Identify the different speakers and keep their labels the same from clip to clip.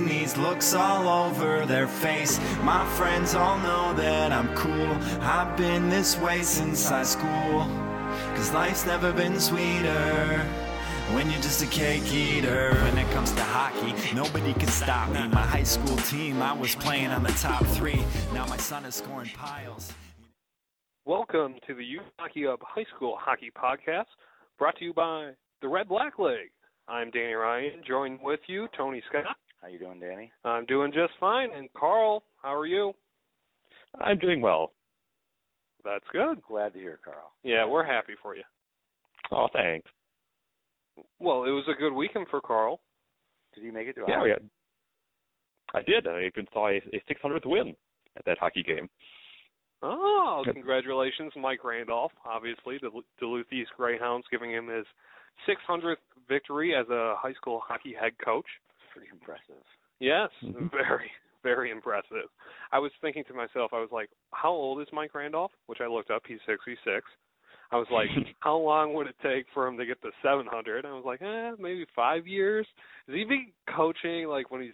Speaker 1: These looks all over their face. My friends all know that I'm cool. I've been this way since high school. Cause life's never been sweeter. When you're just a cake eater. When it comes to hockey, nobody can stop me. My high school team, I was playing on the top three. Now my son is scoring piles.
Speaker 2: Welcome to the Youth Hockey Up High School Hockey Podcast, brought to you by the Red Blackleg. I'm Danny Ryan, joined with you, Tony Scott.
Speaker 3: How you doing, Danny?
Speaker 2: I'm doing just fine. And Carl, how are you?
Speaker 4: I'm doing well.
Speaker 2: That's good.
Speaker 3: Glad to hear, Carl.
Speaker 2: Yeah, we're happy for you.
Speaker 4: Oh, thanks.
Speaker 2: Well, it was a good weekend for Carl.
Speaker 3: Did you make it to?
Speaker 4: Oh, Yeah,
Speaker 3: Iowa?
Speaker 4: we had, I did. I even saw a, a 600th win at that hockey game.
Speaker 2: Oh,
Speaker 4: Yep.
Speaker 2: congratulations, Mike Randolph. Obviously, the Dul- Duluth East Greyhounds giving him his 600th victory as a high school hockey head coach.
Speaker 3: pretty impressive.
Speaker 2: Yes,
Speaker 4: Mhm.
Speaker 2: very, very impressive. I was thinking to myself, I was like, how old is Mike Randolph? Which I looked up, he's 66. I was like, how long would it take for him to get to 700? I was like, eh, maybe five years. Is he be coaching like when he's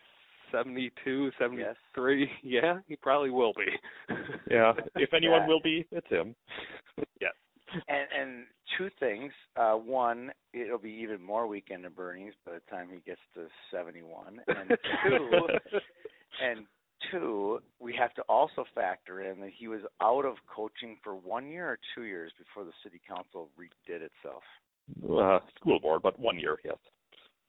Speaker 2: 72, 73? Yeah, he probably will be.
Speaker 4: Yeah. If anyone
Speaker 3: Yeah.
Speaker 4: will be, it's him.
Speaker 3: And and two things. Uh, one, it'll be even more weekend of burnings by the time he gets to seventy-one. And two, and two, we have to also factor in that he was out of coaching for one year or two years before the city council redid itself.
Speaker 4: Uh, school board, but one year, yes.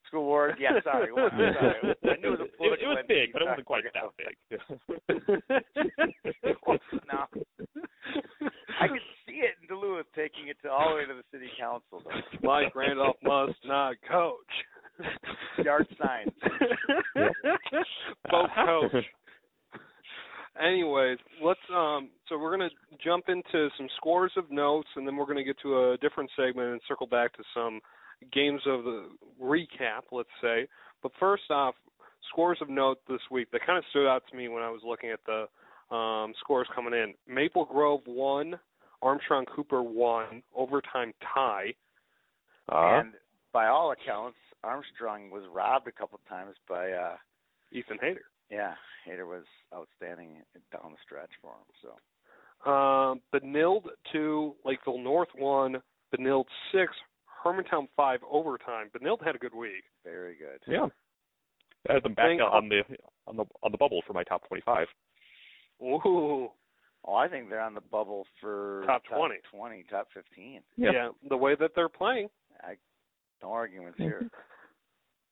Speaker 3: School board. Yeah, sorry. Well, I'm sorry. I knew it was a
Speaker 4: It- it
Speaker 3: political
Speaker 4: was big,
Speaker 3: entity.
Speaker 4: but it wasn't quite that big.
Speaker 3: No. I could see it in Duluth taking it to all the way to the city council. Though.
Speaker 2: Mike Randolph must not coach.
Speaker 3: Yard signs.
Speaker 2: Both
Speaker 4: Uh-huh.
Speaker 2: coach. Anyways, let's um so we're gonna jump into some scores of notes and then we're gonna get to a different segment and circle back to some games of the recap, let's say. But first off, scores of note this week that kind of stood out to me when I was looking at the um scores coming in. Maple Grove won, Armstrong Cooper won, overtime tie.
Speaker 4: Uh,
Speaker 3: And by all accounts, Armstrong was robbed a couple times by uh
Speaker 2: Ethan Hayter.
Speaker 3: yeah, Hader was outstanding down the stretch for him. So
Speaker 2: Um, Benilde two, Lakeville North one, Benilde six, Hermantown five overtime. Benilde had a good week.
Speaker 3: very good.
Speaker 4: yeah. I had them back
Speaker 2: Thank-
Speaker 4: on the on the on the bubble for my top 25.
Speaker 2: Ooh,
Speaker 3: Oh, I think they're on the bubble for
Speaker 2: Top 20.
Speaker 3: twenty, top fifteen.
Speaker 2: yeah. the way that they're playing.
Speaker 3: I no arguments here.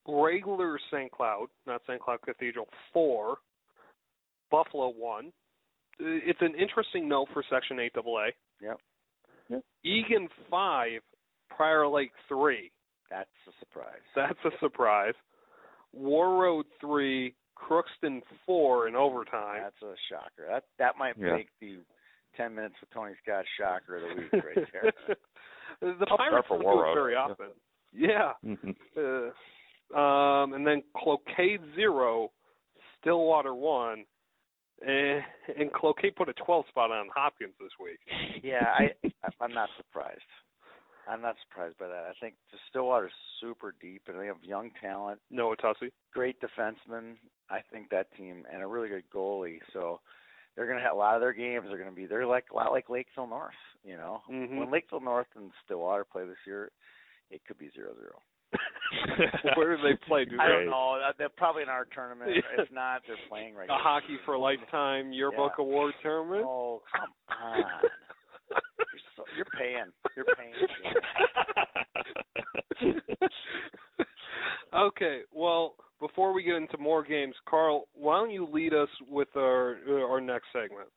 Speaker 2: Regular St. Cloud, not St. Cloud Cathedral four, Buffalo one. It's an interesting note for Section Eight AA.
Speaker 3: Yep.
Speaker 4: Yep.
Speaker 2: Egan five, Prior Lake three.
Speaker 3: That's a surprise.
Speaker 2: That's a surprise. War Road three, Crookston four in overtime.
Speaker 3: That's a shocker. That that might
Speaker 4: Yeah.
Speaker 3: make the ten minutes with Tony Scott shocker of the week right there.
Speaker 2: the
Speaker 4: Tough start
Speaker 2: Pirates
Speaker 4: for
Speaker 2: don't do it
Speaker 4: Warroad.
Speaker 2: very
Speaker 4: Yeah.
Speaker 2: often. Yeah.
Speaker 4: Mhm.
Speaker 2: Uh, um, and then Cloquet zero, Stillwater one, and, and Cloquet put a 12 spot on Hopkins this week.
Speaker 3: yeah, I I- I'm not surprised. I'm not surprised by that. I think the Stillwater's super deep, and they have young talent,
Speaker 2: Noah Tussey.
Speaker 3: great defensemen. I think that team and a really good goalie. So they're going to have a lot of their games are going to be they're like a lot like Lakeville North. You know,
Speaker 2: Mhm.
Speaker 3: when Lakeville North and Stillwater play this year, it could be zero zero.
Speaker 2: Where do they play? Do
Speaker 3: I
Speaker 2: they
Speaker 3: don't know. Uh, They're probably in our tournament. if not, they're playing right.
Speaker 2: a hockey for a lifetime yearbook
Speaker 3: Yeah.
Speaker 2: award tournament?
Speaker 3: Oh come on! You're, so, you're paying. You're paying.
Speaker 2: okay, well, before we get into more games, Carl, why don't you lead us with our uh, our next segment?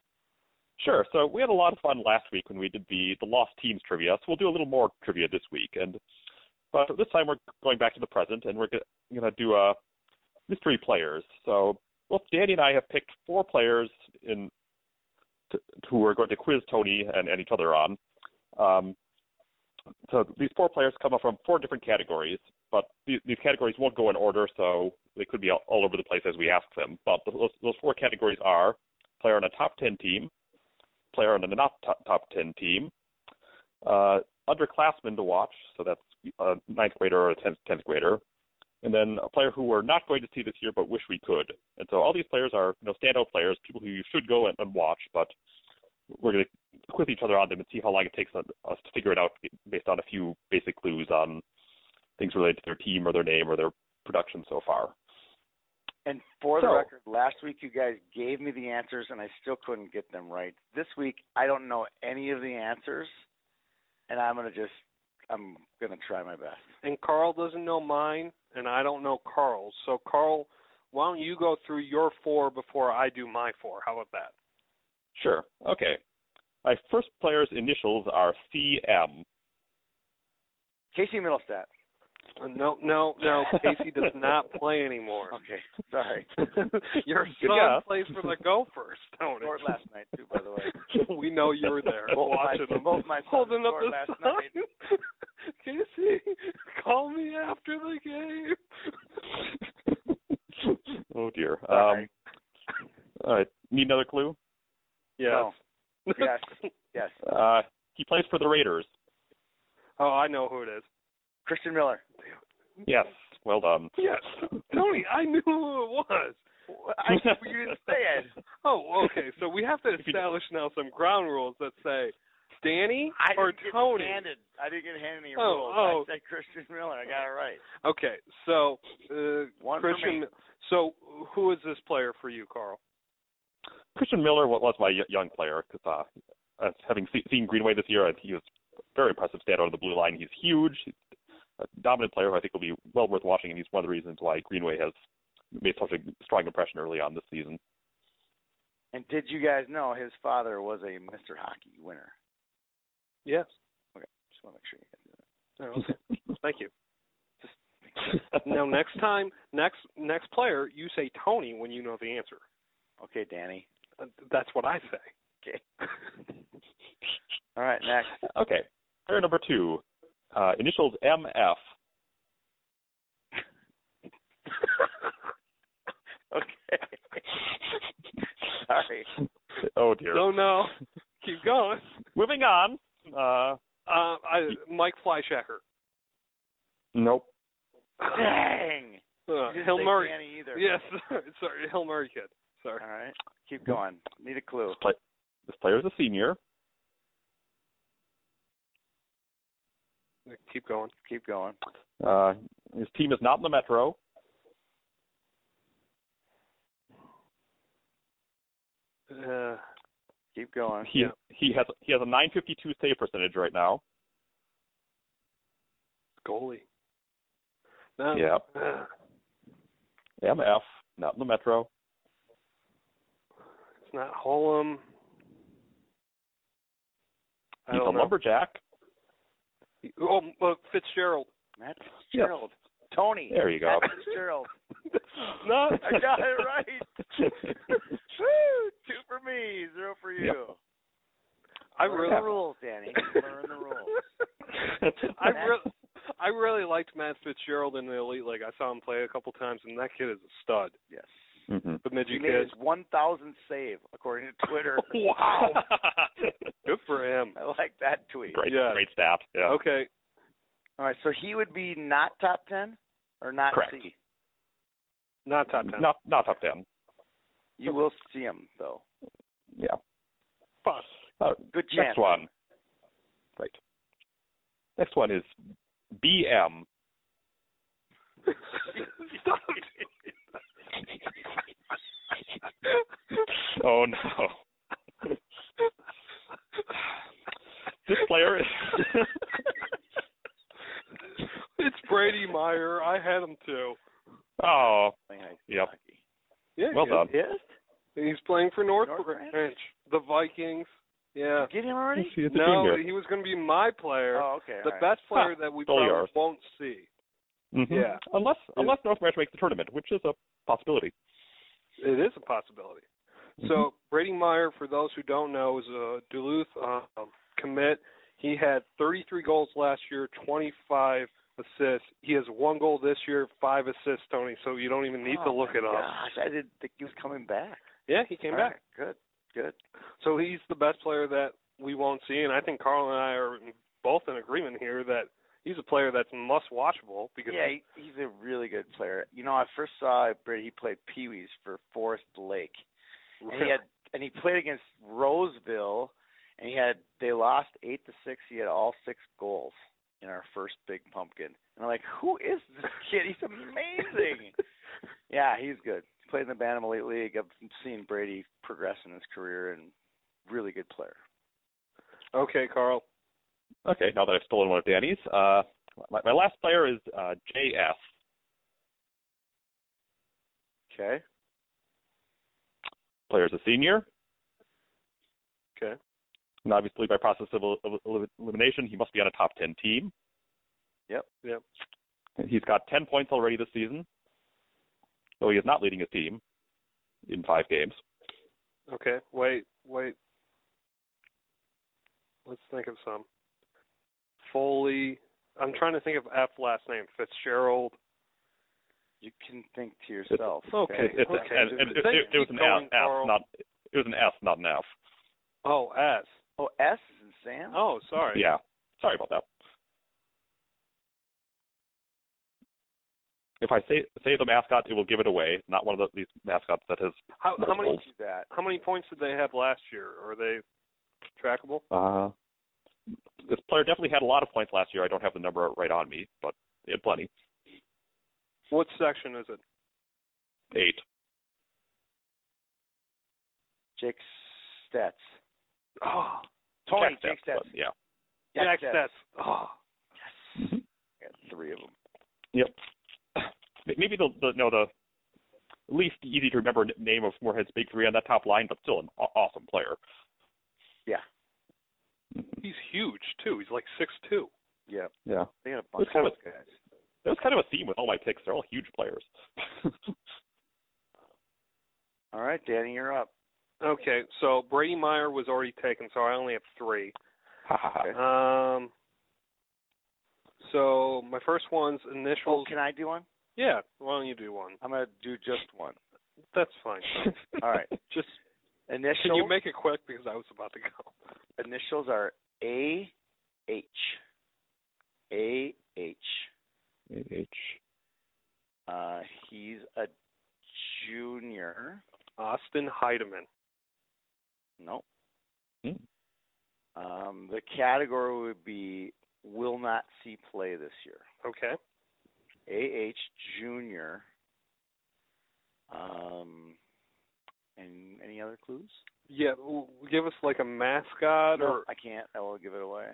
Speaker 4: Sure. So we had a lot of fun last week when we did the the lost teams trivia. So we'll do a little more trivia this week, and but this time we're going back to the present, and we're going to do uh, mystery players. So both Danny and I have picked four players in t- who we're going to quiz Tony and, and each other on. Um, so these four players come up from four different categories, but these, these categories won't go in order, so they could be all, all over the place as we ask them. But those, those four categories are player on a top 10 team, player on a not top, top 10 team, uh, underclassmen to watch, so that's a ninth grader or a 10th, 10th grader, and then a player who we're not going to see this year but wish we could. And so all these players are you know standout players, people who you should go and, and watch, but we're going to quiz each other on them and see how long it takes us to figure it out based on a few basic clues on things related to their team or their name or their production so far.
Speaker 3: And for the
Speaker 4: So-
Speaker 3: record, last week you guys gave me the answers and I still couldn't get them right. This week I don't know any of the answers and I'm going to just I'm going to try my best.
Speaker 2: and Carl doesn't know mine, and I don't know Carl's. So Carl, why don't you go through your four before I do my four? How about that?
Speaker 4: Sure. Okay. My first player's initials are CM.
Speaker 3: Casey Middlestat.
Speaker 2: Uh, No, no, no. Casey does not play anymore.
Speaker 3: Okay. Sorry.
Speaker 2: Your
Speaker 4: Good
Speaker 2: son
Speaker 4: guess.
Speaker 2: plays for the Gophers, don't
Speaker 3: Scored
Speaker 2: it?
Speaker 3: last night too, by the way.
Speaker 2: We know you were there
Speaker 3: Both my-
Speaker 2: watching them.
Speaker 3: both my sons
Speaker 2: holding up
Speaker 3: scored
Speaker 2: the
Speaker 3: last night.
Speaker 2: sign. Casey, call me after the game.
Speaker 4: oh dear.
Speaker 3: Sorry.
Speaker 4: Um, all right. Need another clue?
Speaker 2: Yes.
Speaker 3: Yes. Yes.
Speaker 4: Uh, he plays for the Raiders.
Speaker 2: Oh, I know who it is.
Speaker 3: Christian Miller.
Speaker 4: Yes. Well done.
Speaker 2: Yes. Tony, I knew who it was.
Speaker 3: I you didn't say it.
Speaker 2: Oh, okay. So we have to
Speaker 4: If you-
Speaker 2: establish now some ground rules that say Danny
Speaker 3: I
Speaker 2: or
Speaker 3: didn't
Speaker 2: Tony.
Speaker 3: get handed. I didn't get handed any
Speaker 2: Oh,
Speaker 3: rules.
Speaker 2: oh.
Speaker 3: I said Christian Miller. I got it right.
Speaker 2: Okay. So uh,
Speaker 3: One for
Speaker 2: Christian.
Speaker 3: me.
Speaker 2: So who is this player for you, Carl?
Speaker 4: Christian Miller wa- was my y- young player because uh, uh, having se- seen Greenway this year, uh, he was very impressive standout of the blue line. He's huge, he's a dominant player who I think will be well worth watching, and he's one of the reasons why Greenway has made such a strong impression early on this season.
Speaker 3: And did you guys know his father was a Mr. Hockey winner?
Speaker 2: Yes.
Speaker 3: Just want to make sure you guys knew that.
Speaker 2: Oh, okay. Thank you. Now next time, next next player, you say Tony when you know the answer.
Speaker 3: Okay, Danny.
Speaker 2: Uh, That's what I say.
Speaker 3: Okay. All right, next.
Speaker 4: okay, player number two, uh, initials MF.
Speaker 3: Okay. Sorry.
Speaker 4: Oh dear.
Speaker 2: No, no. Keep going.
Speaker 4: Moving on. Uh,
Speaker 2: Uh, I, Mike Fleischacker.
Speaker 4: nope.
Speaker 3: Dang.
Speaker 2: Uh,
Speaker 3: You didn't
Speaker 2: Hill
Speaker 3: say
Speaker 2: Murray.
Speaker 3: Danny either.
Speaker 2: Yes, sorry, Hill Murray kid. Sorry.
Speaker 3: All right. Keep going. Need a clue.
Speaker 4: This, play- this player is a senior.
Speaker 2: Keep going.
Speaker 3: Keep going.
Speaker 4: Uh, his team is not in the Metro.
Speaker 2: Uh,
Speaker 3: Keep going.
Speaker 4: Uh, He
Speaker 2: Yeah.
Speaker 4: he has he has a 952 save percentage right now.
Speaker 2: goalie. No.
Speaker 4: Yeah.
Speaker 2: Uh,
Speaker 4: MF, not in the Metro.
Speaker 2: it's not Holm. I
Speaker 4: He's
Speaker 2: don't
Speaker 4: a
Speaker 2: know.
Speaker 4: lumberjack.
Speaker 2: Oh, uh, Fitzgerald.
Speaker 3: Matt Fitzgerald. Tony.
Speaker 4: There you go.
Speaker 3: Matt Fitzgerald.
Speaker 2: No.
Speaker 3: I got it right. Woo! Two for me, zero for you.
Speaker 4: Yep.
Speaker 2: I
Speaker 4: Oh,
Speaker 3: Learn
Speaker 2: really.
Speaker 3: the rules, Danny. Learn the rules.
Speaker 2: I really. I really liked Matt Fitzgerald in the Elite League. I saw him play a couple times, and that kid is a stud.
Speaker 3: Yes.
Speaker 4: hmm
Speaker 2: Bemidji
Speaker 3: He made his
Speaker 2: kid.
Speaker 3: 1,000th save, according to Twitter.
Speaker 2: Wow. Good for him.
Speaker 3: I like that tweet.
Speaker 4: great,
Speaker 2: Yeah.
Speaker 4: great stat. Yeah.
Speaker 2: Okay.
Speaker 3: All right, so he would be not top 10 or not
Speaker 4: Correct.
Speaker 3: C?
Speaker 2: Not top ten.
Speaker 4: Not not top ten.
Speaker 3: You will see him, though.
Speaker 4: Yeah.
Speaker 2: Fuck.
Speaker 4: Uh,
Speaker 3: Good chance.
Speaker 4: next one. Right. Next one is BM.
Speaker 2: Stop.
Speaker 4: Oh no. this player is
Speaker 2: It's Brady Meyer. I had him too.
Speaker 4: Oh,
Speaker 3: Playing high school
Speaker 4: Yep.
Speaker 3: hockey.
Speaker 2: Yeah.
Speaker 4: well
Speaker 2: he
Speaker 4: done.
Speaker 2: is. He's playing for North,
Speaker 3: North
Speaker 2: Branch.
Speaker 3: Branch?
Speaker 2: the Vikings. Yeah.
Speaker 3: Get him already?
Speaker 4: He's a
Speaker 2: no,
Speaker 4: junior.
Speaker 2: he was going to be my player,
Speaker 3: Oh, okay.
Speaker 2: the
Speaker 3: all right.
Speaker 2: best player
Speaker 4: Huh.
Speaker 2: that we
Speaker 4: Still
Speaker 2: probably
Speaker 4: yours.
Speaker 2: won't see.
Speaker 4: Mhm.
Speaker 2: Yeah.
Speaker 4: Unless unless North Branch makes the tournament, which is a possibility.
Speaker 2: It is a possibility.
Speaker 3: Mm-hmm.
Speaker 2: So Brady Meyer, for those who don't know, is a Duluth um, commit. He had 33 goals last year, 25 assists. He has one goal this year, five assists, Tony. So you don't even need to
Speaker 3: Oh,
Speaker 2: look
Speaker 3: my
Speaker 2: it up.
Speaker 3: Gosh, I didn't think he was coming back.
Speaker 2: Yeah, he came
Speaker 3: All
Speaker 2: back.
Speaker 3: right, Good, good.
Speaker 2: So he's the best player that we won't see, and I think Carl and I are both in agreement here that he's a player that's must watchable because
Speaker 3: yeah, he, he's a really good player. You know, I first saw Brady. He played Pee Wees for Forest Lake, and he had and he played against Roseville, and he had they lost eight to six. He had all six goals in our first Big Pumpkin, and I'm like, who is this kid? He's amazing. yeah, he's good. He played in the Bantam Elite League. I've seen Brady progress in his career, and really good player.
Speaker 2: okay, Carl.
Speaker 4: Okay, now that I've stolen one of Danny's, uh, my, my last player is uh, JF.
Speaker 3: Okay.
Speaker 4: Player's a senior,
Speaker 2: Okay.
Speaker 4: and obviously by process of el- el- elimination, he must be on a top 10 team.
Speaker 3: Yep.
Speaker 2: Yep.
Speaker 4: He's got 10 points already this season, though he is not leading his team in five games.
Speaker 2: Okay. Wait. Wait. Let's think of some. Foley. I'm trying to think of F last name. Fitzgerald.
Speaker 3: You can think to yourself.
Speaker 2: okay.
Speaker 3: okay.
Speaker 4: It's,
Speaker 2: Okay,
Speaker 4: and, and
Speaker 2: just
Speaker 4: it,
Speaker 2: think-
Speaker 4: it was
Speaker 2: keep
Speaker 4: an
Speaker 2: going,
Speaker 4: F, F,
Speaker 2: Carl.
Speaker 4: not it was an S, not an F.
Speaker 2: Oh, S.
Speaker 3: Oh, S is in Sam.
Speaker 2: Oh, sorry.
Speaker 4: Yeah. Sorry about that. If I say say the mascot, it will give it away. Not one of the, these mascots that has.
Speaker 2: How, how many
Speaker 4: multiples.
Speaker 3: Do that.
Speaker 2: how many points did they have last year? Are they trackable?
Speaker 4: Uh, this player definitely had a lot of points last year. I don't have the number right on me, but he had plenty.
Speaker 2: What section is it?
Speaker 4: Eight.
Speaker 3: Jake Stets.
Speaker 2: Oh,
Speaker 3: Tony
Speaker 4: Jack
Speaker 3: Jake Stets.
Speaker 4: but yeah.
Speaker 2: Jack
Speaker 3: Jack Stets.
Speaker 2: Stets. Oh, Mm-hmm.
Speaker 3: I got three of them.
Speaker 4: Yep. M- Maybe the, the no the least easy to remember n- name of Moorhead's big three on that top line, but still an aw- awesome player.
Speaker 3: Yeah.
Speaker 2: he's huge too. He's like six two.
Speaker 3: Yeah.
Speaker 4: Yeah.
Speaker 3: They got a bunch
Speaker 4: It's
Speaker 3: of
Speaker 4: kind
Speaker 3: those
Speaker 4: of-
Speaker 3: guys.
Speaker 4: That was kind of a theme with all my picks. They're all huge players.
Speaker 3: All right, Danny, you're up.
Speaker 2: Okay, so Brady Meyer was already taken, so I only have three.
Speaker 3: Okay.
Speaker 2: Um, so my first one's
Speaker 3: Oh,
Speaker 2: initials.
Speaker 3: can I do one?
Speaker 2: Yeah, why don't you do one?
Speaker 3: I'm gonna do just one.
Speaker 2: That's fine.
Speaker 3: All right.
Speaker 2: Just
Speaker 3: Initials.
Speaker 2: can you make it quick because I was about to go.
Speaker 3: initials are A H. A H.
Speaker 4: H.
Speaker 3: Uh, he's a junior.
Speaker 2: Austin Heideman.
Speaker 3: Nope.
Speaker 4: Hmm.
Speaker 3: Um, the category would be will not see play this year.
Speaker 2: Okay.
Speaker 3: A.H. Junior. Um, and any other clues?
Speaker 2: Yeah, w- give us like a mascot
Speaker 3: No,
Speaker 2: or
Speaker 3: I can't. I will give it away.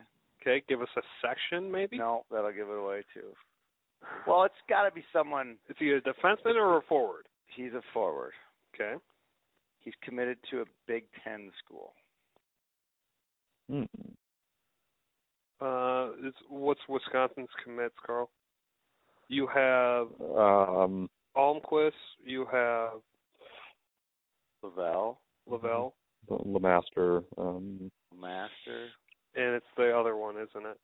Speaker 2: okay, give us a section maybe.
Speaker 3: No, that'll give it away too. Well, it's got to be someone.
Speaker 2: Is he a defenseman or a forward?
Speaker 3: He's a forward.
Speaker 2: Okay.
Speaker 3: He's committed to a Big Ten school.
Speaker 4: Mm-hmm.
Speaker 2: Uh, it's, what's Wisconsin's commits, Carl? You have
Speaker 4: Um,
Speaker 2: Almquist. You have
Speaker 3: Lavelle,
Speaker 2: Lavelle,
Speaker 4: Lamaster. Um,
Speaker 3: Master,
Speaker 2: and it's the other one, isn't it?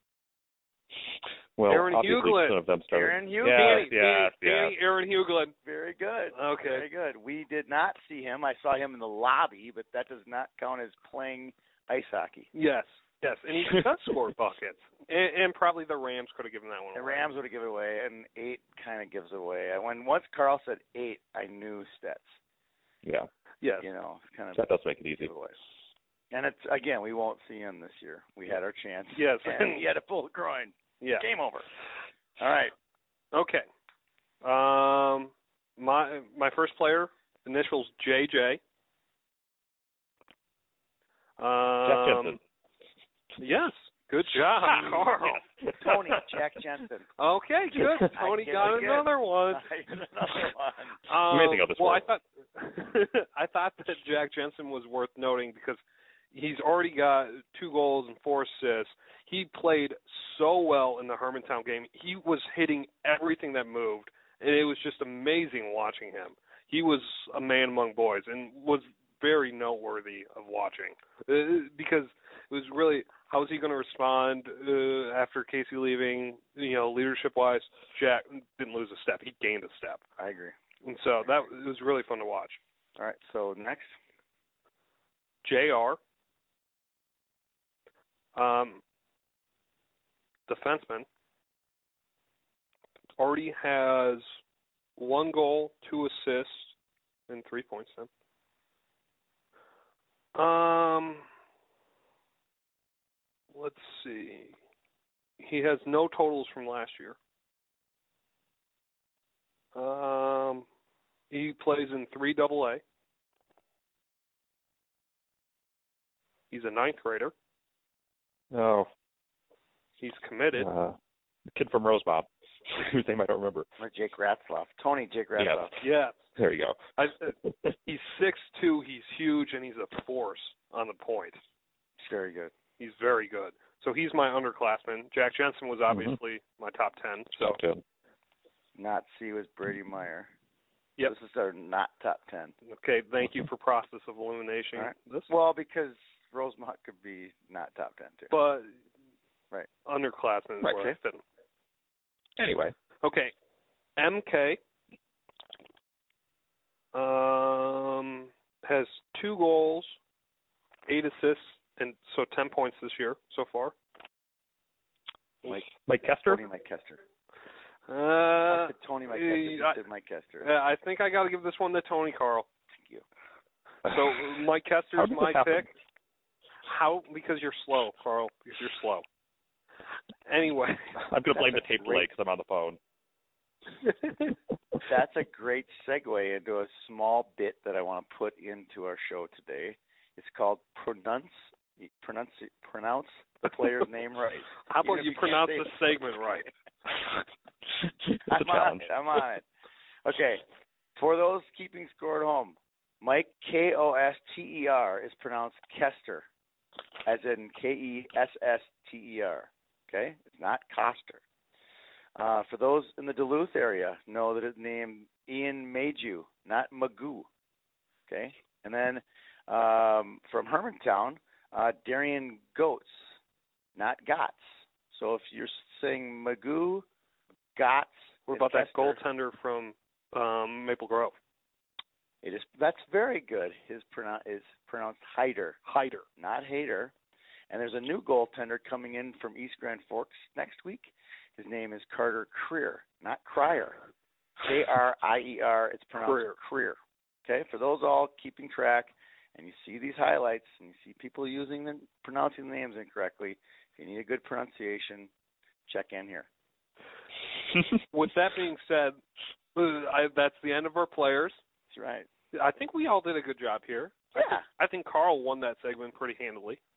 Speaker 4: well,
Speaker 2: Aaron
Speaker 4: obviously
Speaker 2: Hughlin.
Speaker 4: none of them started.
Speaker 3: Aaron Hughes.
Speaker 4: Yes,
Speaker 2: Danny,
Speaker 4: yes,
Speaker 2: Danny, Danny,
Speaker 4: yes.
Speaker 2: Aaron Hughlin.
Speaker 3: Very good.
Speaker 2: Okay.
Speaker 3: Very good. We did not see him. I saw him in the lobby, but that does not count as playing ice hockey.
Speaker 2: Yes, yes, and he does score buckets, and, and probably the Rams could have given that one.
Speaker 3: The
Speaker 2: away.
Speaker 3: Rams would have given it away, and eight kind of gives it away. And When once Carl said eight, I knew stats.
Speaker 4: Yeah,
Speaker 2: Yes.
Speaker 3: You know, it's kind of
Speaker 4: that does make it easy.
Speaker 3: give away. And it's again, we won't see him this year. We had our chance.
Speaker 2: Yes.
Speaker 3: and he had a full groin.
Speaker 2: Yeah.
Speaker 3: Game over. All right.
Speaker 2: Okay. Um, my my first player initials JJ.
Speaker 4: Jeff
Speaker 2: Um,
Speaker 4: Jensen.
Speaker 2: yes. Good job, Carl.
Speaker 3: Tony, Jack Jensen.
Speaker 2: Okay, good.
Speaker 3: I
Speaker 2: Tony
Speaker 3: get
Speaker 2: got
Speaker 3: it.
Speaker 2: another one.
Speaker 3: I had another one.
Speaker 2: Um,
Speaker 4: Amazing how this
Speaker 2: well,
Speaker 4: works.
Speaker 2: I thought I thought that Jack Jensen was worth noting because he's already got two goals and four assists. He played so well in the Hermantown game. He was hitting everything that moved, and it was just amazing watching him. He was a man among boys and was very noteworthy of watching uh, because it was really how is he going to respond uh, after Casey leaving? You know, leadership wise, Jack didn't lose a step; he gained a step.
Speaker 3: I agree.
Speaker 2: And so that it was really fun to watch.
Speaker 3: All right. So next.
Speaker 2: JR, um, defenseman, already has one goal, two assists, and three points. Then. Um, let's see. He has no totals from last year. Um, he plays in three double A. He's a ninth grader.
Speaker 4: No.
Speaker 2: He's committed.
Speaker 4: Oh, Uh, the kid from Rosebob, whose name I don't remember.
Speaker 3: Or Jake Ratzloff. Tony Jake Ratzloff.
Speaker 2: yeah.
Speaker 4: There you
Speaker 2: I,
Speaker 4: go.
Speaker 2: he's six two. He's huge, and he's a force on the point.
Speaker 3: Very good.
Speaker 2: He's very good. So he's my underclassman. Jack Jensen was
Speaker 3: Mm-hmm.
Speaker 2: obviously my top ten. So
Speaker 4: Okay.
Speaker 3: Not C was Brady Meyer.
Speaker 2: Yep.
Speaker 3: This is our not top ten.
Speaker 2: okay, thank you for process of elimination.
Speaker 3: All right.
Speaker 2: This
Speaker 3: Well, because Rosemont could be not top ten too.
Speaker 2: but
Speaker 3: Right.
Speaker 2: underclassman is
Speaker 4: Right,
Speaker 2: where I
Speaker 4: okay.
Speaker 2: fit him.
Speaker 4: Anyway,
Speaker 2: Okay. MK um, has two goals, eight assists, and so 10 points this year so far.
Speaker 3: Mike,
Speaker 4: Mike Kester.
Speaker 3: Tony Mike Kester. I
Speaker 2: Uh,
Speaker 3: said Tony Mike
Speaker 2: uh,
Speaker 3: Kester. You
Speaker 2: I-
Speaker 3: said Mike Kester.
Speaker 2: yeah, I think I got to give this one to Tony Carl.
Speaker 3: Thank you.
Speaker 2: So Mike
Speaker 4: How
Speaker 2: Kester's
Speaker 4: did this
Speaker 2: my
Speaker 4: happen?
Speaker 2: pick. How? Because you're slow, Carl. Because you're slow. Anyway.
Speaker 4: I'm going to blame the
Speaker 3: That's a
Speaker 4: tape delay because I'm on the phone. uh,
Speaker 3: That's a great segue into a small bit that I want to put into our show today. It's called pronounce pronounce pronounce the player's name right.
Speaker 2: How
Speaker 3: Even
Speaker 2: about
Speaker 3: if
Speaker 2: you
Speaker 3: you can't
Speaker 2: pronounce
Speaker 3: say
Speaker 2: this
Speaker 3: it.
Speaker 2: segment right?
Speaker 4: it's
Speaker 3: I'm
Speaker 4: a challenge.
Speaker 3: on it. I'm on it. Okay. For those keeping score at home, Mike K O S T E R is pronounced Kester, as in K E S S T E R. Okay, it's not Coster. Uh, for those in the Duluth area, know that it's named Ian Majou, not Magoo. Okay, and then um, from Hermantown, uh, Darian Goats, not Gots. So if you're saying Magoo, Gots,
Speaker 2: What
Speaker 3: and
Speaker 2: about that
Speaker 3: Kester,
Speaker 2: goaltender from um, Maple Grove?
Speaker 3: It is that's very good. His pronoun is pronounced Hyder,
Speaker 2: Hyder.
Speaker 3: not Hater. And there's a new goaltender coming in from East Grand Forks next week. His name is Carter Creer, not Crier. K R I E R. It's pronounced Creer. Okay, for those all keeping track, and you see these highlights, and you see people using them, pronouncing the names incorrectly. If you need a good pronunciation, check in here.
Speaker 2: With that being said, uh, I, that's the end of our players.
Speaker 3: That's right.
Speaker 2: I think we all did a good job here.
Speaker 3: Yeah,
Speaker 2: I think Carl won that segment pretty handily.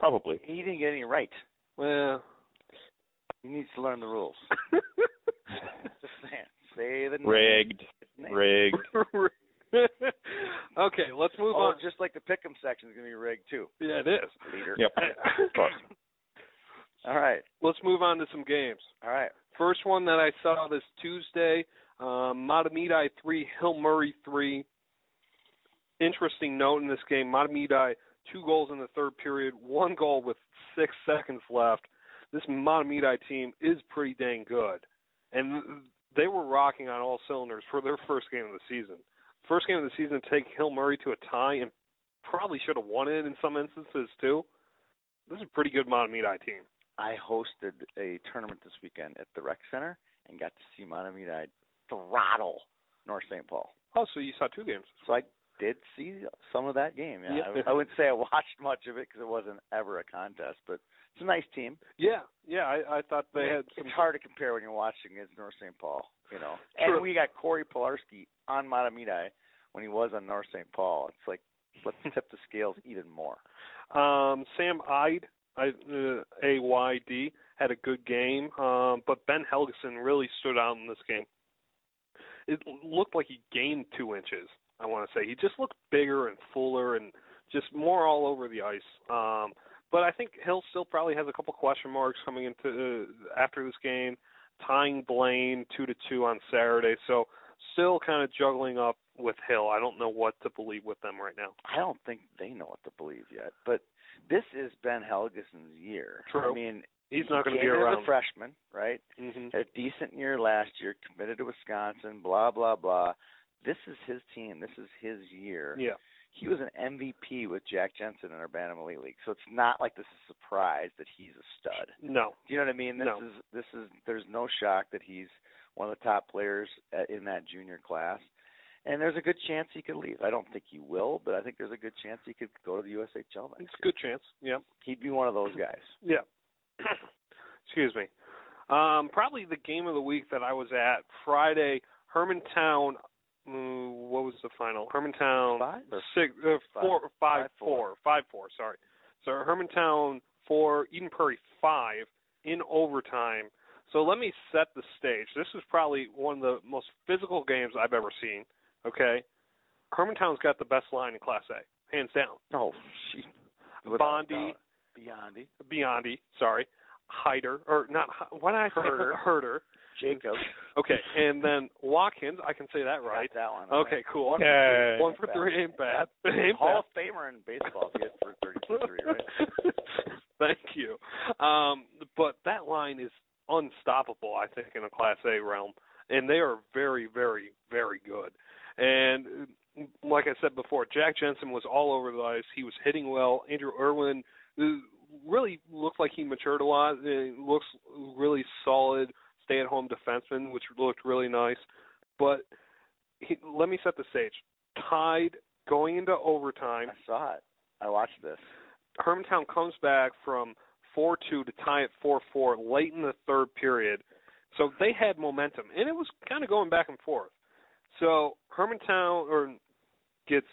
Speaker 4: Probably.
Speaker 3: he didn't get any right.
Speaker 2: Well,
Speaker 3: He needs to learn the rules. Just saying. Say the name.
Speaker 4: Rigged.
Speaker 3: Name.
Speaker 4: Rigged.
Speaker 2: okay, let's move
Speaker 3: Oh,
Speaker 2: on.
Speaker 3: just like the pick'em section is gonna be rigged too.
Speaker 2: Yeah, it is.
Speaker 3: Leader.
Speaker 4: Yep. But
Speaker 3: All right.
Speaker 2: let's move on to some games.
Speaker 3: All right.
Speaker 2: First one that I saw this Tuesday, um, Matamidi three, Hill Murray three. Interesting note in this game, Matamidi two goals in the third period, one goal with six seconds left. This Matamidi team is pretty dang good, and they were rocking on all cylinders for their first game of the season. First game of the season, to take Hill Murray to a tie, and probably should have won it in some instances too. This is a pretty good Matamidi team.
Speaker 3: I hosted a tournament this weekend at the rec center and got to see Montemita throttle North St. Paul.
Speaker 2: Oh, so you saw two games.
Speaker 3: So I did see some of that game. Yeah.
Speaker 2: Yeah.
Speaker 3: I, I wouldn't say I watched much of it because it wasn't ever a contest, but it's a nice team.
Speaker 2: Yeah, yeah. I, I thought they had some.
Speaker 3: it's hard to compare when you're watching against North St. Paul, you know.
Speaker 2: True.
Speaker 3: And we got Corey Polarski on Matamidi when he was on North St. Paul. It's like let's tip the scales even more.
Speaker 2: Um, Sam Ide, I, uh, A Y D, had a good game, um, but Ben Helgeson really stood out in this game. It looked like he gained two inches. I want to say he just looked bigger and fuller and just more all over the ice. Um, but I think Hill still probably has a couple question marks coming into uh, after this game, tying Blaine two to two on Saturday. So still kind of juggling up with Hill. I don't know what to believe with them right now.
Speaker 3: I don't think they know what to believe yet, but this is Ben Helgeson's year.
Speaker 2: True.
Speaker 3: I mean,
Speaker 2: He's not going to be
Speaker 3: came in
Speaker 2: around.
Speaker 3: As a freshman, right?
Speaker 2: Mhm.
Speaker 3: Had a decent year last year, committed to Wisconsin, blah blah blah. This is his team. This is his year.
Speaker 2: Yeah.
Speaker 3: He was an MVP with Jack Jensen in our Bantam Elite League, so it's not like this is a surprise that he's a stud.
Speaker 2: No.
Speaker 3: Do you know what I mean? This
Speaker 2: No.
Speaker 3: is this is there's no shock that he's one of the top players uh, in that junior class, and there's a good chance he could leave. I don't think he will, but I think there's a good chance he could go to the USHL
Speaker 2: It's
Speaker 3: next year.
Speaker 2: a good chance. Yeah.
Speaker 3: He'd be one of those guys.
Speaker 2: Yeah. Excuse me. Um, probably the game of the week that I was at Friday, Hermantown. mm, What was the final? Hermantown
Speaker 3: Five or
Speaker 2: six, uh, four, five,
Speaker 3: Five, four.
Speaker 2: four, five, four, Sorry. So Hermantown four, Eden Prairie five in overtime. So let me set the stage. This is probably one of the most physical games I've ever seen. Okay, Hermantown's got the best line in Class A, hands down.
Speaker 3: Oh, she. without
Speaker 2: Bondi.
Speaker 3: doubt. Bondi.
Speaker 2: Biondi, sorry, Hyder or not? Hy- What did I
Speaker 3: Herder.
Speaker 2: Herder.
Speaker 3: Jacob.
Speaker 2: Okay, and then Watkins. I can say that right.
Speaker 3: Got that one. all
Speaker 2: Okay,
Speaker 3: right.
Speaker 2: cool.
Speaker 3: One
Speaker 4: Yay.
Speaker 2: One for three ain't bad. Ain't
Speaker 3: Hall
Speaker 2: bad.
Speaker 3: of Famer in baseball. He hit for 33, right?
Speaker 2: Thank you. Um, but that line is unstoppable, I think, in a Class A realm, and they are very, very, very good. And uh, like I said before, Jack Jensen was all over the ice. He was hitting well. Andrew Irwin uh, really looked like he matured a lot. It looks really solid, stay-at-home defenseman, which looked really nice. But he, let me set the stage. Tied going into overtime.
Speaker 3: I saw it. I watched this.
Speaker 2: Hermantown comes back from 4 2 to tie at 4 4 late in the third period. So they had momentum, and it was kind of going back and forth. So Hermantown or gets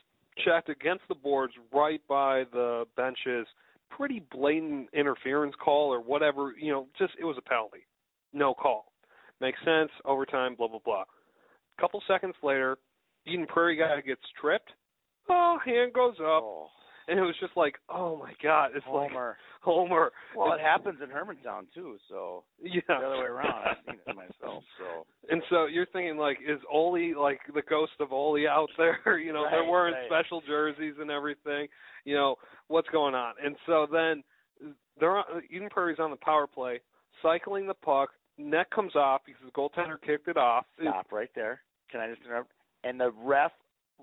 Speaker 2: checked against the boards right by the benches. Pretty blatant interference call or whatever. You know, just it was a penalty. No call. Makes sense. Overtime, blah, blah, blah. couple seconds later, Eden Prairie guy gets tripped. Oh, hand goes up
Speaker 3: oh,
Speaker 2: and it was just like, oh my god, it's like
Speaker 3: Homer.
Speaker 2: Homer.
Speaker 3: well, it happens in Hermantown too, so
Speaker 2: Yeah,
Speaker 3: the other way around. I've seen it myself. So
Speaker 2: And so you're thinking like, is Oli like the ghost of Oli out there? you know, they're
Speaker 3: Right,
Speaker 2: wearing
Speaker 3: right.
Speaker 2: special jerseys and everything. You know what's going on? And so then they're on, Eden Prairie's on the power play, cycling the puck. Net comes off because the goaltender kicked it off.
Speaker 3: stop right there. Can I just interrupt? And the ref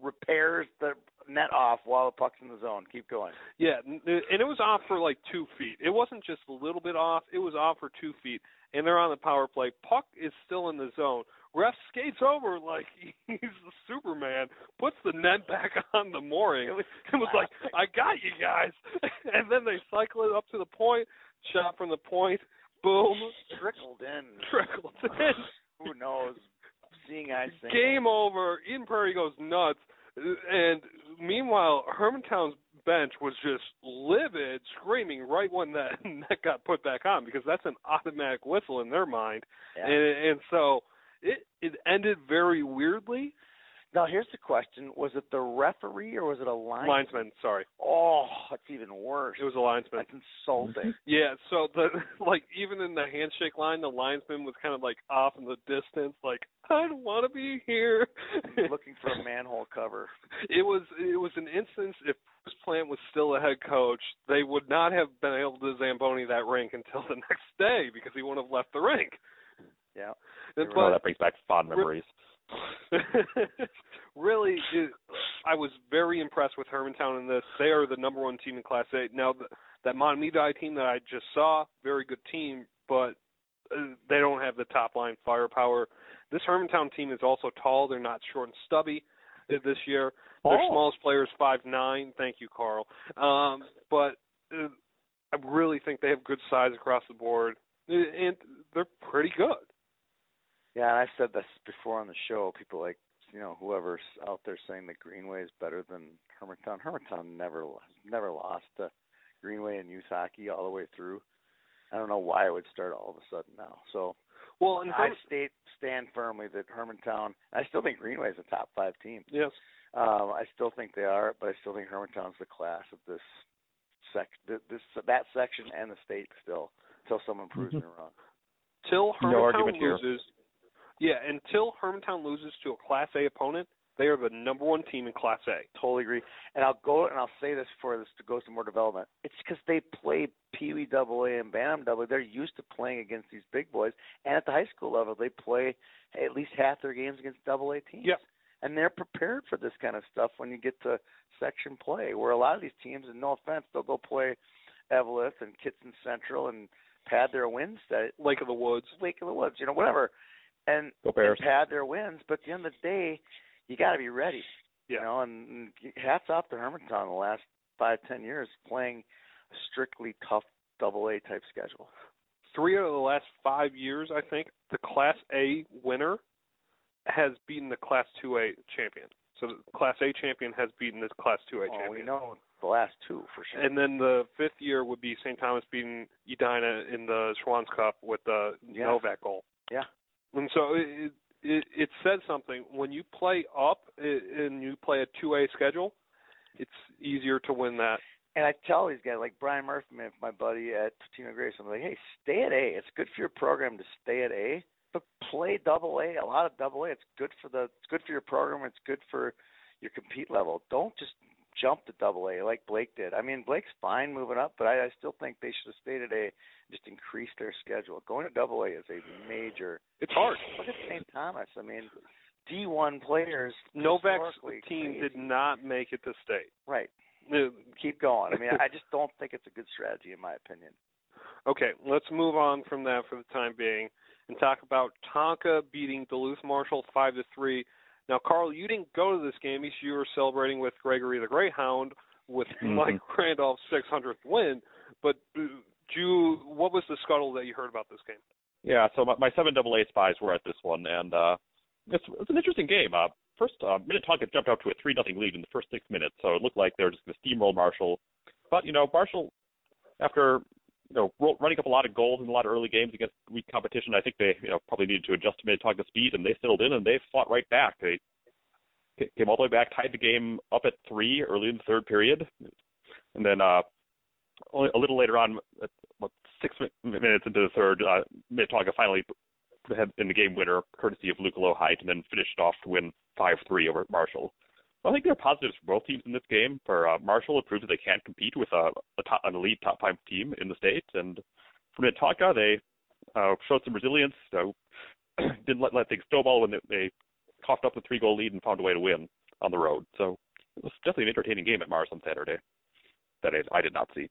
Speaker 3: repairs the net off while the puck's in the zone. Keep going.
Speaker 2: Yeah, n- and it was off for like two feet. It wasn't just a little bit off; it was off for two feet. And they're on the power play. Puck is still in the zone. Ref skates over like he's the Superman, puts the net back on the mooring,
Speaker 3: It was
Speaker 2: and was like,
Speaker 3: classic.
Speaker 2: "I got you guys." And then they cycle it up to the point, shot from the point, boom,
Speaker 3: trickled in.
Speaker 2: trickles in.
Speaker 3: Who knows? Seeing eyes. seeing
Speaker 2: Game over. Eden Prairie goes nuts. And meanwhile, Hermantown's bench was just livid, screaming right when that net got put back on because that's an automatic whistle in their mind.
Speaker 3: Yeah.
Speaker 2: And and so it it ended very weirdly.
Speaker 3: Now here's the question: Was it the referee or was it a lineman?
Speaker 2: Linesman, sorry,
Speaker 3: Oh, that's even worse.
Speaker 2: it was a linesman.
Speaker 3: that's insulting.
Speaker 2: Yeah, so the like even in the handshake line, the linesman was kind of like off in the distance, like I don't want to be here.
Speaker 3: Looking for a manhole cover.
Speaker 2: it was it was an instance if Bruce Plant was still a head coach, they would not have been able to zamboni that rink until the next day because he wouldn't have left the rink.
Speaker 3: Yeah.
Speaker 2: And-
Speaker 4: Oh,
Speaker 2: But
Speaker 4: that brings back fond
Speaker 2: Re-
Speaker 4: memories.
Speaker 2: really, it, I was very impressed with Hermantown in this. They are the number one team in Class A. Now th- that Monmedi team that I just saw, very good team, but uh, they don't have the top line firepower. This Hermantown team is also tall. They're not short and stubby uh, this year. Their
Speaker 4: Oh.
Speaker 2: smallest player is five nine. Thank you, Carl. Um, but uh, I really think they have good size across the board, uh, and they're pretty good.
Speaker 3: Yeah, and I said this before on the show. People like you know whoever's out there saying that Greenway is better than Hermantown. Hermantown never lo- never lost to Greenway and youth hockey all the way through. I don't know why it would start all of a sudden now. So
Speaker 2: Well, and
Speaker 3: I
Speaker 2: Herm-
Speaker 3: state stand firmly that Hermantown. I still think Greenway is a top five team.
Speaker 2: yes,
Speaker 3: Um, I still think they are, but I still think Hermantown's the class of this sec th- this that section and the state still until someone proves me wrong.
Speaker 2: till
Speaker 4: No
Speaker 2: Hermantown
Speaker 4: argument here.
Speaker 2: loses, yeah, until Hermantown loses to a Class A opponent, they are the number one team in Class A.
Speaker 3: Totally agree. And I'll go and I'll say this before this goes to more development. It's because they play Pee Wee Double A and Bantam Double. A. They're used to playing against these big boys, and at the high school level, they play at least half their games against Double A teams.
Speaker 2: Yep.
Speaker 3: and they're prepared for this kind of stuff when you get to section play, where a lot of these teams, and no offense, they'll go play Evelyn and Kitson Central and pad their wins that
Speaker 2: Lake of the Woods.
Speaker 3: Lake of the Woods, you know, whatever, and,
Speaker 4: Go
Speaker 3: and
Speaker 4: Bears.
Speaker 3: pad their wins. But at the end of the day, you got to be ready.
Speaker 2: Yeah.
Speaker 3: You know, and and hats off to Hermantown the last five ten years playing a strictly tough double A type schedule.
Speaker 2: Three out of the last five years, I think, the Class A winner has beaten the Class 2A champion. So the Class A champion has beaten this Class 2A
Speaker 3: Well,
Speaker 2: champion.
Speaker 3: we know the last two for sure.
Speaker 2: And then the fifth year would be St. Thomas beating Edina in the Schwann's Cup with the
Speaker 3: Yeah.
Speaker 2: Novak goal.
Speaker 3: Yeah.
Speaker 2: And so it, it it says something when you play up i- and you play a two A schedule, it's easier to win that.
Speaker 3: And I tell these guys, like Brian Murphy, man, my buddy at Patino Grace, I'm like, hey, stay at A. It's good for your program to stay at A, but play double A, a lot of double A. It's good for the, it's good for your program. It's good for your compete level. Don't just jump to double A like Blake did. I mean, Blake's fine moving up, but I, I still think they should have stayed at A, just increased their schedule. Going to double A is a major.
Speaker 2: It's hard.
Speaker 3: Look at St. Thomas. I mean, D1 players.
Speaker 2: Novak's
Speaker 3: historically
Speaker 2: team
Speaker 3: crazy.
Speaker 2: did not make it to state.
Speaker 3: Right.
Speaker 2: Uh,
Speaker 3: Keep going. I mean, I just don't think it's a good strategy, in my opinion.
Speaker 2: Okay, let's move on from that for the time being and talk about Tonka beating Duluth Marshall five to three. Now, Carl, you didn't go to this game. You- You were celebrating with Gregory the Greyhound with
Speaker 4: Mhm.
Speaker 2: Mike Randolph's 600th win. But uh, do you, what was the scuttle that you heard about this game?
Speaker 4: Yeah, so my, my seven double A spies were at this one, and uh, it's, it's an interesting game. Uh, first, uh, Minnetonka jumped out to a three nothing lead in the first six minutes, so it looked like they were just going to steamroll Marshall. But you know, Marshall, after you know ro- running up a lot of goals in a lot of early games against weak competition, I think they you know probably needed to adjust to Minnetonka's speed, and they settled in and they fought right back. They ca- came all the way back, tied the game up at three early in the third period, and then uh, only a little later on, at about six mi- minutes into the third, uh, Minnetonka finally put ahead in the game winner, courtesy of Luke Lohite, and then finished off to win 5-3 over Marshall. So I think there are positives for both teams in this game. For uh, Marshall, it proves that they can compete with a, a top, an elite top five team in the state, and for Minnetonka, they uh, showed some resilience. So didn't let, let things snowball when they, they coughed up the three goal lead and found a way to win on the road. So it was definitely an entertaining game at Mars on Saturday that I, I did not see.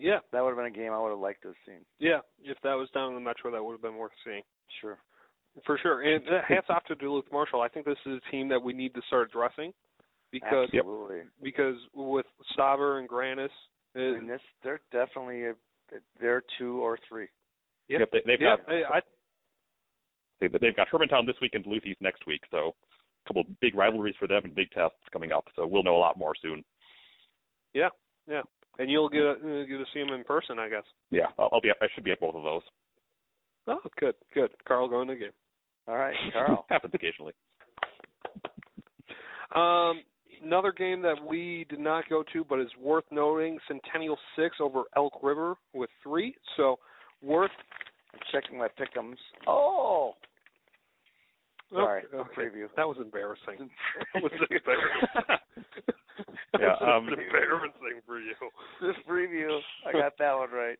Speaker 2: Yeah,
Speaker 3: That would have been a game I would have liked to have seen.
Speaker 2: yeah. If that was down in the Metro, that would have been worth seeing.
Speaker 3: Sure.
Speaker 2: For sure. And uh, hats off to Duluth Marshall. I think this is a team that we need to start addressing because
Speaker 3: Absolutely.
Speaker 2: because with Sauber and Granis, uh,
Speaker 3: I mean, this they're definitely a, they're two or three.
Speaker 2: Yeah.
Speaker 4: Yep, they, they've
Speaker 2: yeah,
Speaker 4: got
Speaker 2: I, I
Speaker 4: they, they've got Hermantown this week and Duluth East next week. So a couple big rivalries for them and big tests coming up. So we'll know a lot more soon.
Speaker 2: Yeah, yeah, and you'll get uh, get to see him in person, I guess.
Speaker 4: Yeah, I'll, I'll be I should be at both of those.
Speaker 2: Oh, good, good. Carl going to the game.
Speaker 3: All right, Carl.
Speaker 4: happens occasionally.
Speaker 2: Um, another game that we did not go to, but is worth noting: Centennial six over Elk River with three. So worth.
Speaker 3: I'm checking my pickums. Oh, sorry.
Speaker 2: oh, okay.
Speaker 3: Preview.
Speaker 2: That was embarrassing. That was embarrassing. that
Speaker 4: Yeah,
Speaker 2: was
Speaker 4: um,
Speaker 2: embarrassing for you.
Speaker 3: this preview, I got that one right.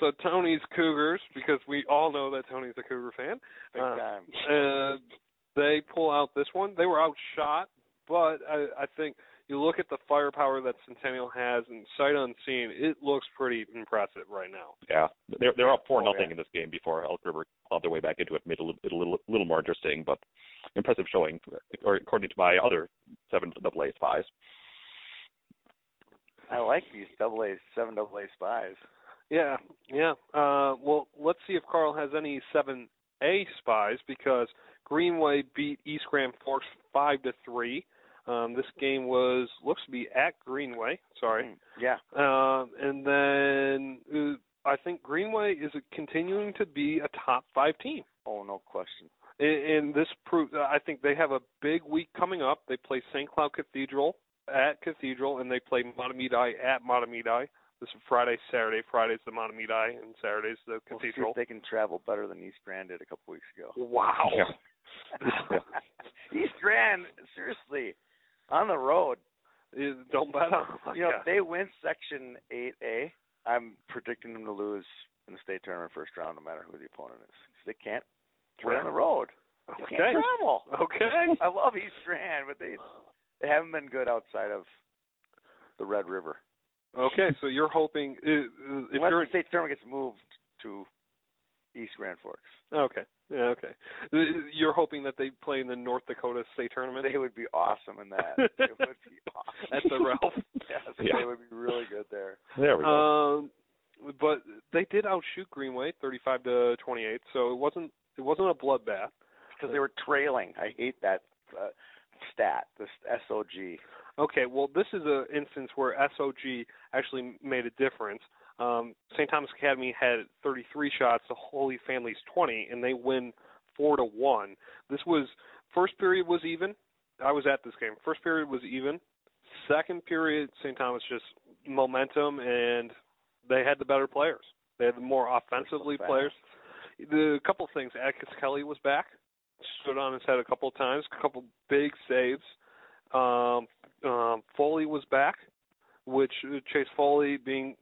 Speaker 2: So Tony's Cougars, because we all know that Tony's a Cougar fan.
Speaker 3: Big
Speaker 2: Uh,
Speaker 3: time.
Speaker 2: uh, they pull out this one. They were outshot, but I, I think you look at the firepower that Centennial has, and sight unseen, it looks pretty impressive right now.
Speaker 4: Yeah, they're they're up four
Speaker 3: Oh, yeah.
Speaker 4: nothing in this game before Elk River clawed their way back into it, made it a little, it a little, little more interesting, but impressive showing, or according to my other seven double A spies.
Speaker 3: I like these double A, seven double A spies.
Speaker 2: Yeah, yeah. Uh, well, let's see if Carl has any seven A spies because Greenway beat East Grand Forks five to three. Um, this game was looks to be at Greenway. Sorry.
Speaker 3: Hmm, Yeah.
Speaker 2: Um, and then uh, I think Greenway is continuing to be a top five team.
Speaker 3: Oh, no question.
Speaker 2: And, and this proves, I think they have a big week coming up. They play St. Cloud Cathedral at Cathedral, and they play Matamidi at Matamidi. This is Friday, Saturday. Friday's the Matamidi, and Saturday's the
Speaker 3: We'll see
Speaker 2: Cathedral.
Speaker 3: if they can travel better than East Grand did a couple weeks ago.
Speaker 2: wow.
Speaker 4: Yeah.
Speaker 3: East Grand, seriously, on the road.
Speaker 2: Uh, Don't bet on them.
Speaker 3: you know,
Speaker 2: Yeah.
Speaker 3: if they win Section 8A, I'm predicting them to lose in the state tournament first round, no matter who the opponent is. 'Cause they can't win on the road. We
Speaker 2: Okay.
Speaker 3: can't travel.
Speaker 2: Okay.
Speaker 3: I love East Strand, but they they haven't been good outside of the Red River.
Speaker 2: Okay. So you're hoping i- i- if
Speaker 3: Unless
Speaker 2: you're
Speaker 3: the state tournament gets moved to East Grand Forks,
Speaker 2: okay, yeah, okay, I- you're hoping that they play in the North Dakota state tournament.
Speaker 3: they would be awesome in that. It would be awesome.
Speaker 2: That's a Ralph.
Speaker 3: yes,
Speaker 4: Yeah.
Speaker 3: they would be really good there.
Speaker 4: There we
Speaker 3: Uh,
Speaker 4: go.
Speaker 2: Um, but they did outshoot Greenway 35 to 28, so it wasn't it wasn't a bloodbath.
Speaker 3: Because they were trailing. I hate that uh, stat. This SOG.
Speaker 2: Okay, well this is an instance where SOG actually made a difference. Um, St. Thomas Academy had 33 shots, the Holy Family's 20, and they win four to one. This was first period was even. I was at this game. First period was even. Second period, St. Thomas just momentum, and they had the better players. They had the more offensively
Speaker 3: fast.
Speaker 2: players. The a couple things. Atticus Kelly was back, stood on his head a couple of times, a couple big saves. Um, um, Foley was back, which uh, Chase Foley being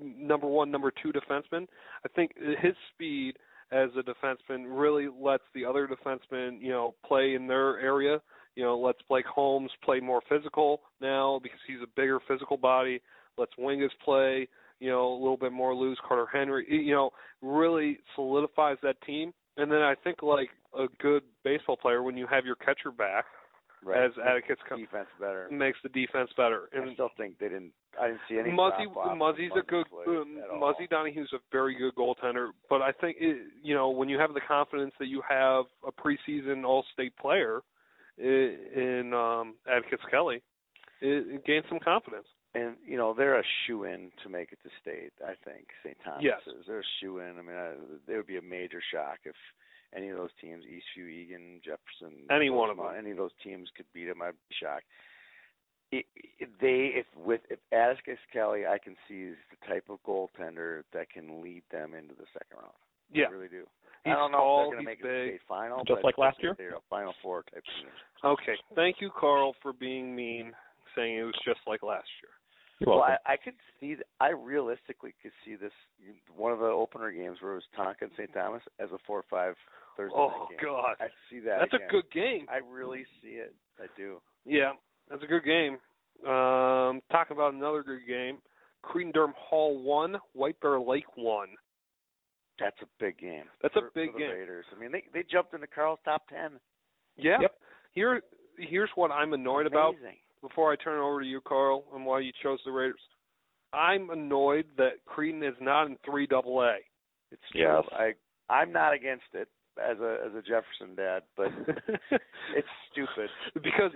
Speaker 2: number one, number two defenseman. I think his speed as a defenseman really lets the other defensemen, you know, play in their area. You know, lets Blake Holmes play more physical now because he's a bigger physical body. Let's Wingus play, you know, a little bit more loose. Carter Henry, you know, really solidifies that team. And then I think like a good baseball player, when you have your catcher back,
Speaker 3: Right.
Speaker 2: as Atticus comes,
Speaker 3: defense better.
Speaker 2: makes the defense better.
Speaker 3: I
Speaker 2: And
Speaker 3: still think they didn't. I didn't see any.
Speaker 2: Muzzy,
Speaker 3: drop-off in
Speaker 2: Muzzy's a good
Speaker 3: Muzzy's play
Speaker 2: um,
Speaker 3: at all.
Speaker 2: Muzzy Donahue's a very good goaltender, but I think it, you know when you have the confidence that you have a preseason All-State player i- in um, Atticus Kelly, it, it gains some confidence.
Speaker 3: and you know they're a shoe in to make it to state. I think St. Thomas
Speaker 2: Yes.
Speaker 3: is. They're a shoe in. I mean, I, it would be a major shock if any of those teams, Eastview, Egan, Jefferson,
Speaker 2: Any one of
Speaker 3: Rosemont,
Speaker 2: them.
Speaker 3: any of those teams could beat them. I'd be shocked. It, it, they, if with if Atticus Kelly, I can see is the type of goaltender that can lead them into the second round.
Speaker 2: Yeah,
Speaker 3: I really do.
Speaker 2: he's
Speaker 3: I don't know
Speaker 2: tall,
Speaker 3: if they're going to
Speaker 2: he's
Speaker 3: make it to
Speaker 2: big.
Speaker 3: state final, but
Speaker 4: Just like last year?
Speaker 3: They're a final four type team.
Speaker 2: Okay, thank you, Carl, for being mean, saying it was just like last year.
Speaker 4: You're
Speaker 3: Well,
Speaker 4: welcome.
Speaker 3: I, I could see. th- I realistically could see this one of the opener games where it was Tonka and St. Thomas as a four-five Thursday
Speaker 2: Oh
Speaker 3: night game.
Speaker 2: God,
Speaker 3: I see that.
Speaker 2: that's
Speaker 3: again.
Speaker 2: a good game.
Speaker 3: I really see it. I do.
Speaker 2: Yeah, that's a good game. Um, talking about another good game, Creedendurham Hall one, White Bear Lake one.
Speaker 3: That's a big game.
Speaker 2: That's a
Speaker 3: for-
Speaker 2: big
Speaker 3: for the
Speaker 2: game.
Speaker 3: Raiders. I mean, they they jumped into Carl's top ten.
Speaker 2: Yeah.
Speaker 4: Yep.
Speaker 2: Here, here's what I'm annoyed about.
Speaker 3: Amazing.
Speaker 2: Before I turn it over to you, Carl, and why you chose the Raiders, I'm annoyed that Creedon is not in three double A.
Speaker 3: It's true.
Speaker 4: Yes.
Speaker 3: I I'm not against it as a as a Jefferson dad, but it's stupid.
Speaker 2: because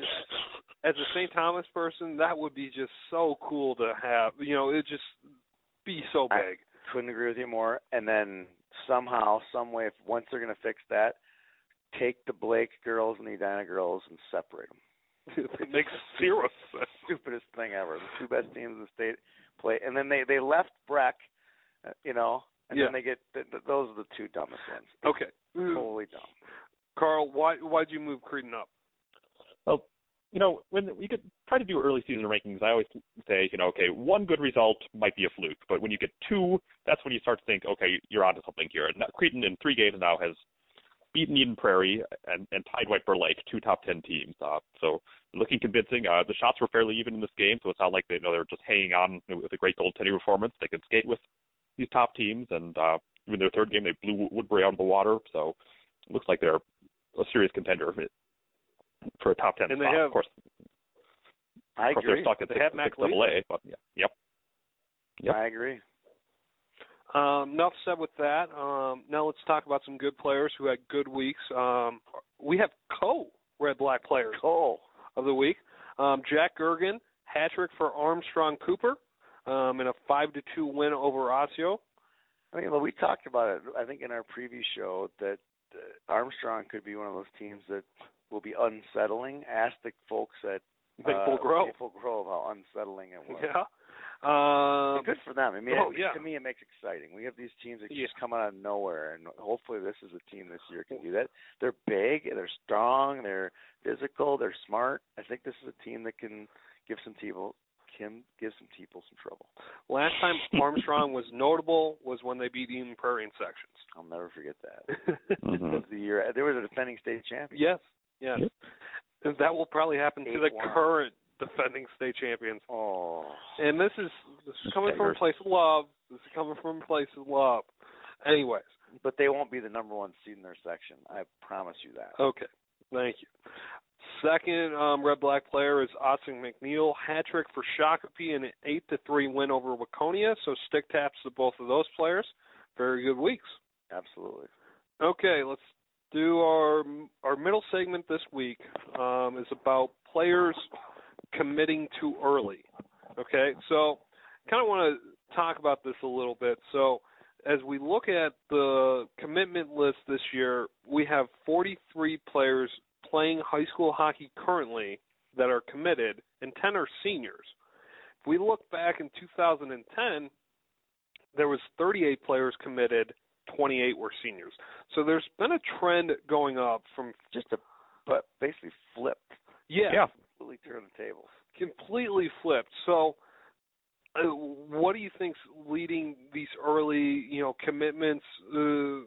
Speaker 2: as a St. Thomas person, that would be just so cool to have. You know, it just be so
Speaker 3: I-
Speaker 2: big.
Speaker 3: couldn't agree with you more. And then somehow, some way, if once they're going to fix that, take the Blake girls and the Edina girls and separate them.
Speaker 2: it makes zero sense.
Speaker 3: Stupidest thing ever. The two best teams in the state play, and then they they left Breck, uh, you know, and
Speaker 2: Yeah. Mm.
Speaker 3: then they get th- th- those are the two dumbest ones.
Speaker 2: Okay,
Speaker 3: Totally dumb.
Speaker 2: Carl, why why'd you move Creedon up?
Speaker 4: Well, you know, when we get, try to do early season rankings, I always say, you know, okay, one good result might be a fluke, but when you get two, that's when you start to think, okay, you're onto something here. And now, Creighton in three games now has beaten Eden Prairie and, and tied White Bear Lake, two top ten teams. Uh, so looking convincing. Uh, the shots were fairly even in this game, so it's not like they you know they're just hanging on with a great goaltending performance. They could skate with these top teams, and uh, even their third game they blew Woodbury out of the water. So it looks like they're a serious contender for a top ten
Speaker 2: And they
Speaker 4: spot.
Speaker 2: have-
Speaker 4: of course,
Speaker 3: I
Speaker 4: of course
Speaker 3: agree.
Speaker 4: they're stuck at
Speaker 2: They
Speaker 4: six,
Speaker 2: have Mac
Speaker 4: six double A, but yeah, yep. Yep.
Speaker 3: I agree.
Speaker 2: Um, enough said with that. Um, now let's talk about some good players who had good weeks. Um, we have co Red Black players
Speaker 3: Cole.
Speaker 2: of the week. Um, Jack Gergen, hat trick for Armstrong Cooper um, in a five to two win over Osseo.
Speaker 3: I mean, well, we talked about it. I think in our preview show that uh, Armstrong could be one of those teams that will be unsettling. Ask the folks at
Speaker 2: Big
Speaker 3: uh,
Speaker 2: Bull Grove.
Speaker 3: Maple Grove, how unsettling it was.
Speaker 2: Yeah. Um,
Speaker 3: And good for them. I mean,
Speaker 2: oh,
Speaker 3: it,
Speaker 2: yeah.
Speaker 3: to me, it makes it exciting. We have these teams that
Speaker 2: Yeah.
Speaker 3: just come out of nowhere, and hopefully, this is a team this year can do that. They're big, they're strong, they're physical, they're smart. I think this is a team that can give some people him give some people some trouble.
Speaker 2: Last time Armstrong was notable was when they beat Eden Prairie in sections.
Speaker 3: I'll never forget that.
Speaker 4: Mhm.
Speaker 3: The year there was a defending state champion.
Speaker 2: yes, yes. And that will probably happen to the
Speaker 3: 8-1.
Speaker 2: current defending state champions.
Speaker 3: Oh,
Speaker 2: And this is, this is coming from a
Speaker 4: Dagger.
Speaker 2: place of love. This is coming from a place of love. Anyways,
Speaker 3: but they won't be the number one seed in their section. I promise you that.
Speaker 2: okay. Thank you. Second um, red black player is Otsing McNeil. Hat trick for Shakopee in an 8 to 3 win over Waconia. So stick taps to both of those players. Very good weeks.
Speaker 3: Absolutely.
Speaker 2: Okay, let's do our our middle segment this week um, is about players committing too early. Okay, so kind of want to talk about this a little bit. So as we look at the commitment list this year, we have 43 players playing high school hockey currently that are committed, and 10 are seniors. If we look back in 2010, there was 38 players committed, 28 were seniors. So there's been a trend going up from
Speaker 3: Just a but basically flipped,
Speaker 2: yeah,
Speaker 4: Yeah.
Speaker 3: completely turned the tables.
Speaker 2: completely flipped. So uh, what do you think's leading these early, you know, commitments uh,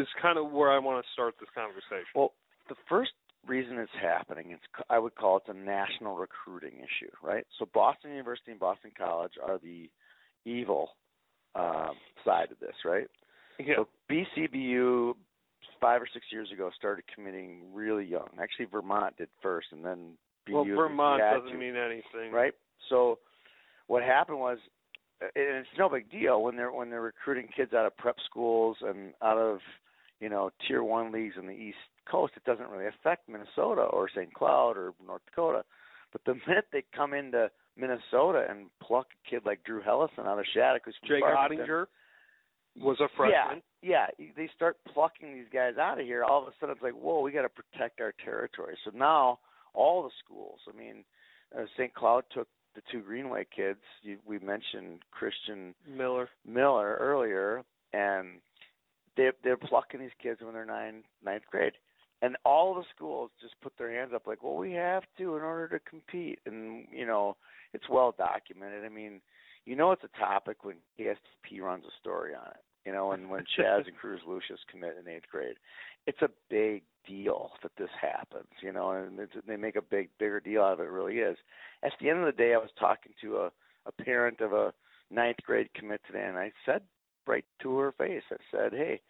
Speaker 2: is kind of where I want to start this conversation.
Speaker 3: Well, the first reason it's happening is c- I would call it a national recruiting issue, right? So Boston University and Boston College are the evil um, side of this, right?
Speaker 2: Yeah.
Speaker 3: So BCBU five or six years ago started committing really young. Actually, Vermont did first, and then BU.
Speaker 2: Well, Vermont
Speaker 3: had
Speaker 2: doesn't
Speaker 3: to,
Speaker 2: mean anything.
Speaker 3: right. So what happened was, and it's no big deal when they're when they're recruiting kids out of prep schools and out of you know tier one leagues in the East Coast. It doesn't really affect Minnesota or St. Cloud or North Dakota. But the minute they come into Minnesota and pluck a kid like Drew Hellison out of Shattuck, who's from
Speaker 2: Jake
Speaker 3: Farmington,
Speaker 2: Ottinger was a freshman.
Speaker 3: yeah, yeah. They start plucking these guys out of here. All of a sudden, it's like, whoa, we got to protect our territory. So now all the schools. I mean, uh, St. Cloud took the two Greenway kids. You, we mentioned Christian
Speaker 2: Miller.
Speaker 3: Miller earlier, and they they're plucking these kids when they're nine ninth grade, and all the schools just put their hands up like, well, we have to in order to compete, and you know it's well documented. I mean, you know it's a topic when KSTP runs a story on it. You know, and when Chaz and Cruz Lucius commit in eighth grade, it's a big deal that this happens. You know, and it's, they make a big bigger deal out of it. it. Really is. At the end of the day, I was talking to a a parent of a ninth grade commit today, and I said right to her face, I said, "Hey,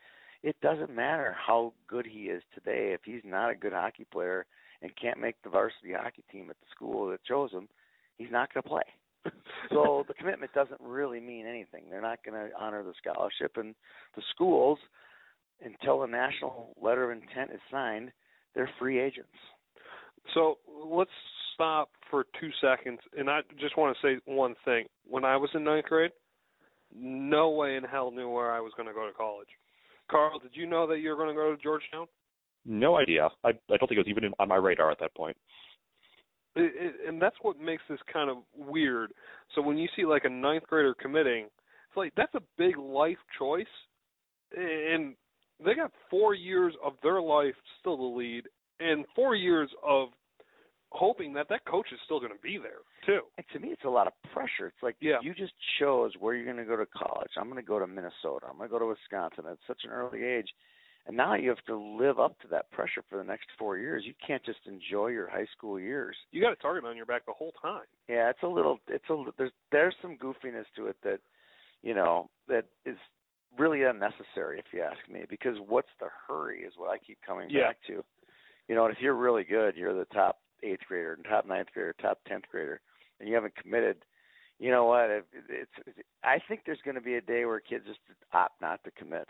Speaker 3: it doesn't matter how good he is today. If he's not a good hockey player and can't make the varsity hockey team at the school that chose him, he's not going to play." so the commitment doesn't really mean anything. They're not going to honor the scholarship, and the schools, until a national letter of intent is signed, they're free agents.
Speaker 2: So let's stop for two seconds, and I just want to say one thing. When I was in ninth grade, no way in hell knew where I was going to go to college. Carl, did you know that you were going to go to Georgetown?
Speaker 4: No idea. I I don't think it was even in, on my radar at that point.
Speaker 2: It, it, and that's what makes this kind of weird. So when you see like a ninth grader committing, it's like that's a big life choice, and they got four years of their life still to lead, and four years of hoping that that coach is still going to be there too.
Speaker 3: And to me, it's a lot of pressure. It's like
Speaker 2: Yeah.
Speaker 3: you just chose where you're going to go to college. I'm going to go to Minnesota. I'm going to go to Wisconsin at such an early age, and now you have to live up to that pressure for the next four years. You can't just enjoy your high school years.
Speaker 2: you got a target on your back the whole time.
Speaker 3: Yeah, it's a little. It's a there's there's some goofiness to it that, you know, that is really unnecessary if you ask me. Because what's the hurry is what I keep coming
Speaker 2: Yeah.
Speaker 3: back to. You know, and if you're really good, you're the top eighth grader, top ninth grader, top tenth grader, and you haven't committed. You know what? It, it's. It, I think there's going to be a day where kids just opt not to commit,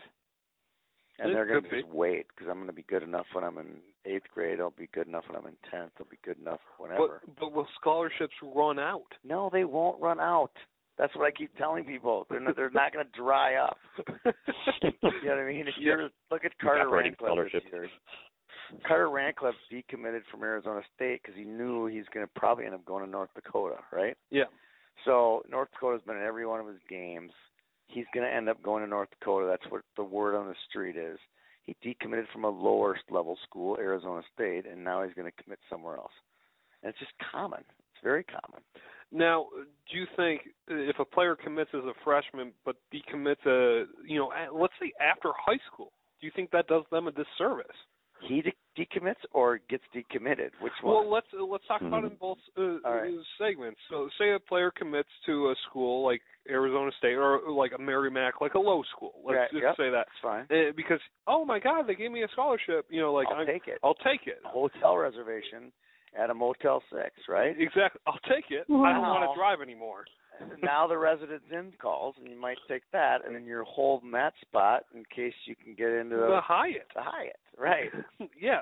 Speaker 3: and
Speaker 2: It
Speaker 3: they're going to
Speaker 2: could be.
Speaker 3: just wait because I'm going to be good enough when I'm in eighth grade. I'll be good enough when I'm in tenth. I'll be good enough whenever.
Speaker 2: But but will scholarships run out?
Speaker 3: No, they won't run out. That's what I keep telling people. They're not, they're not going to dry up. You know what I mean? If you're look at Carter
Speaker 4: Evaporating
Speaker 3: Rancliffe this
Speaker 4: scholarship.
Speaker 3: year. Carter Rancliffe decommitted from Arizona State because he knew he's going to probably end up going to North Dakota, right?
Speaker 2: yeah.
Speaker 3: So North Dakota's been in every one of his games. He's going to end up going to North Dakota. That's what the word on the street is. He decommitted from a lower level school, Arizona State, and now he's going to commit somewhere else. And it's just common. It's very common.
Speaker 2: Now, do you think if a player commits as a freshman but decommits a, you know, at, let's say after high school, do you think that does them a disservice?
Speaker 3: He de- decommits or gets decommitted? Which one?
Speaker 2: Well, let's uh, let's talk about it in both uh,
Speaker 3: Mm-hmm. All right.
Speaker 2: uh, segments. So, say a player commits to a school like Arizona State or uh, like a Merrimack, like a low school. Let's
Speaker 3: Right,
Speaker 2: just
Speaker 3: yep.
Speaker 2: say that
Speaker 3: It's fine.
Speaker 2: uh, because oh my God, they gave me a scholarship. You know, like
Speaker 3: I'll
Speaker 2: I'm,
Speaker 3: take it.
Speaker 2: I'll take it.
Speaker 3: A hotel reservation at a Motel Six, right?
Speaker 2: Exactly, I'll take it. I don't want
Speaker 3: Wow.
Speaker 2: to drive anymore.
Speaker 3: now the residence in calls, and you might take that, and then you're holding that spot in case you can get into the,
Speaker 2: The Hyatt.
Speaker 3: the Hyatt, right?
Speaker 2: yeah.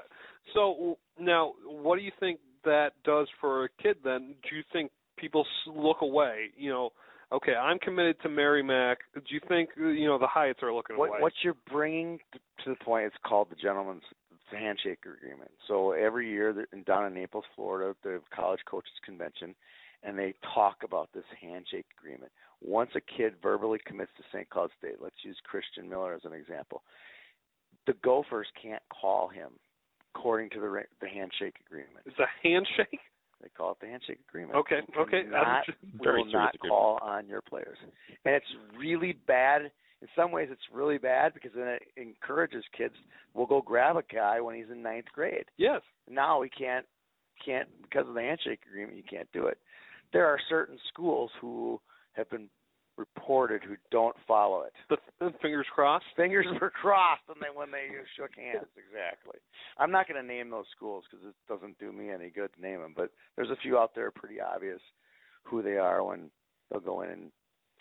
Speaker 2: So w- now, what do you think that does for a kid? Then, do you think people s- look away? You know, okay, I'm committed to Mary Mac. Do you think uh, you know the Hyatts are looking away?
Speaker 3: What what you're bringing t- to the point is called the gentleman's handshake agreement. So every year that- in- down in Naples, Florida, the college coaches convention, and they talk about this handshake agreement. Once a kid verbally commits to St. Cloud State, let's use Christian Miller as an example. The Gophers can't call him according to the ra- the handshake agreement.
Speaker 2: It's a handshake.
Speaker 3: They call it the handshake agreement.
Speaker 2: Okay,
Speaker 3: You
Speaker 2: okay. I'm
Speaker 3: cannot
Speaker 2: just-
Speaker 3: we
Speaker 4: Very
Speaker 3: will
Speaker 4: serious
Speaker 3: not
Speaker 4: agreement.
Speaker 3: call on your players. And it's really bad. In some ways, it's really bad because then it encourages kids. We'll go grab a guy when he's in ninth grade.
Speaker 2: yes.
Speaker 3: Now we can't, can't because of the handshake agreement. You can't do it. There are certain schools who have been reported who don't follow it.
Speaker 2: The, the fingers crossed.
Speaker 3: Fingers were crossed when they when they shook hands. Exactly. I'm not going to name those schools because it doesn't do me any good to name them. But there's a few out there pretty obvious who they are when they'll go in and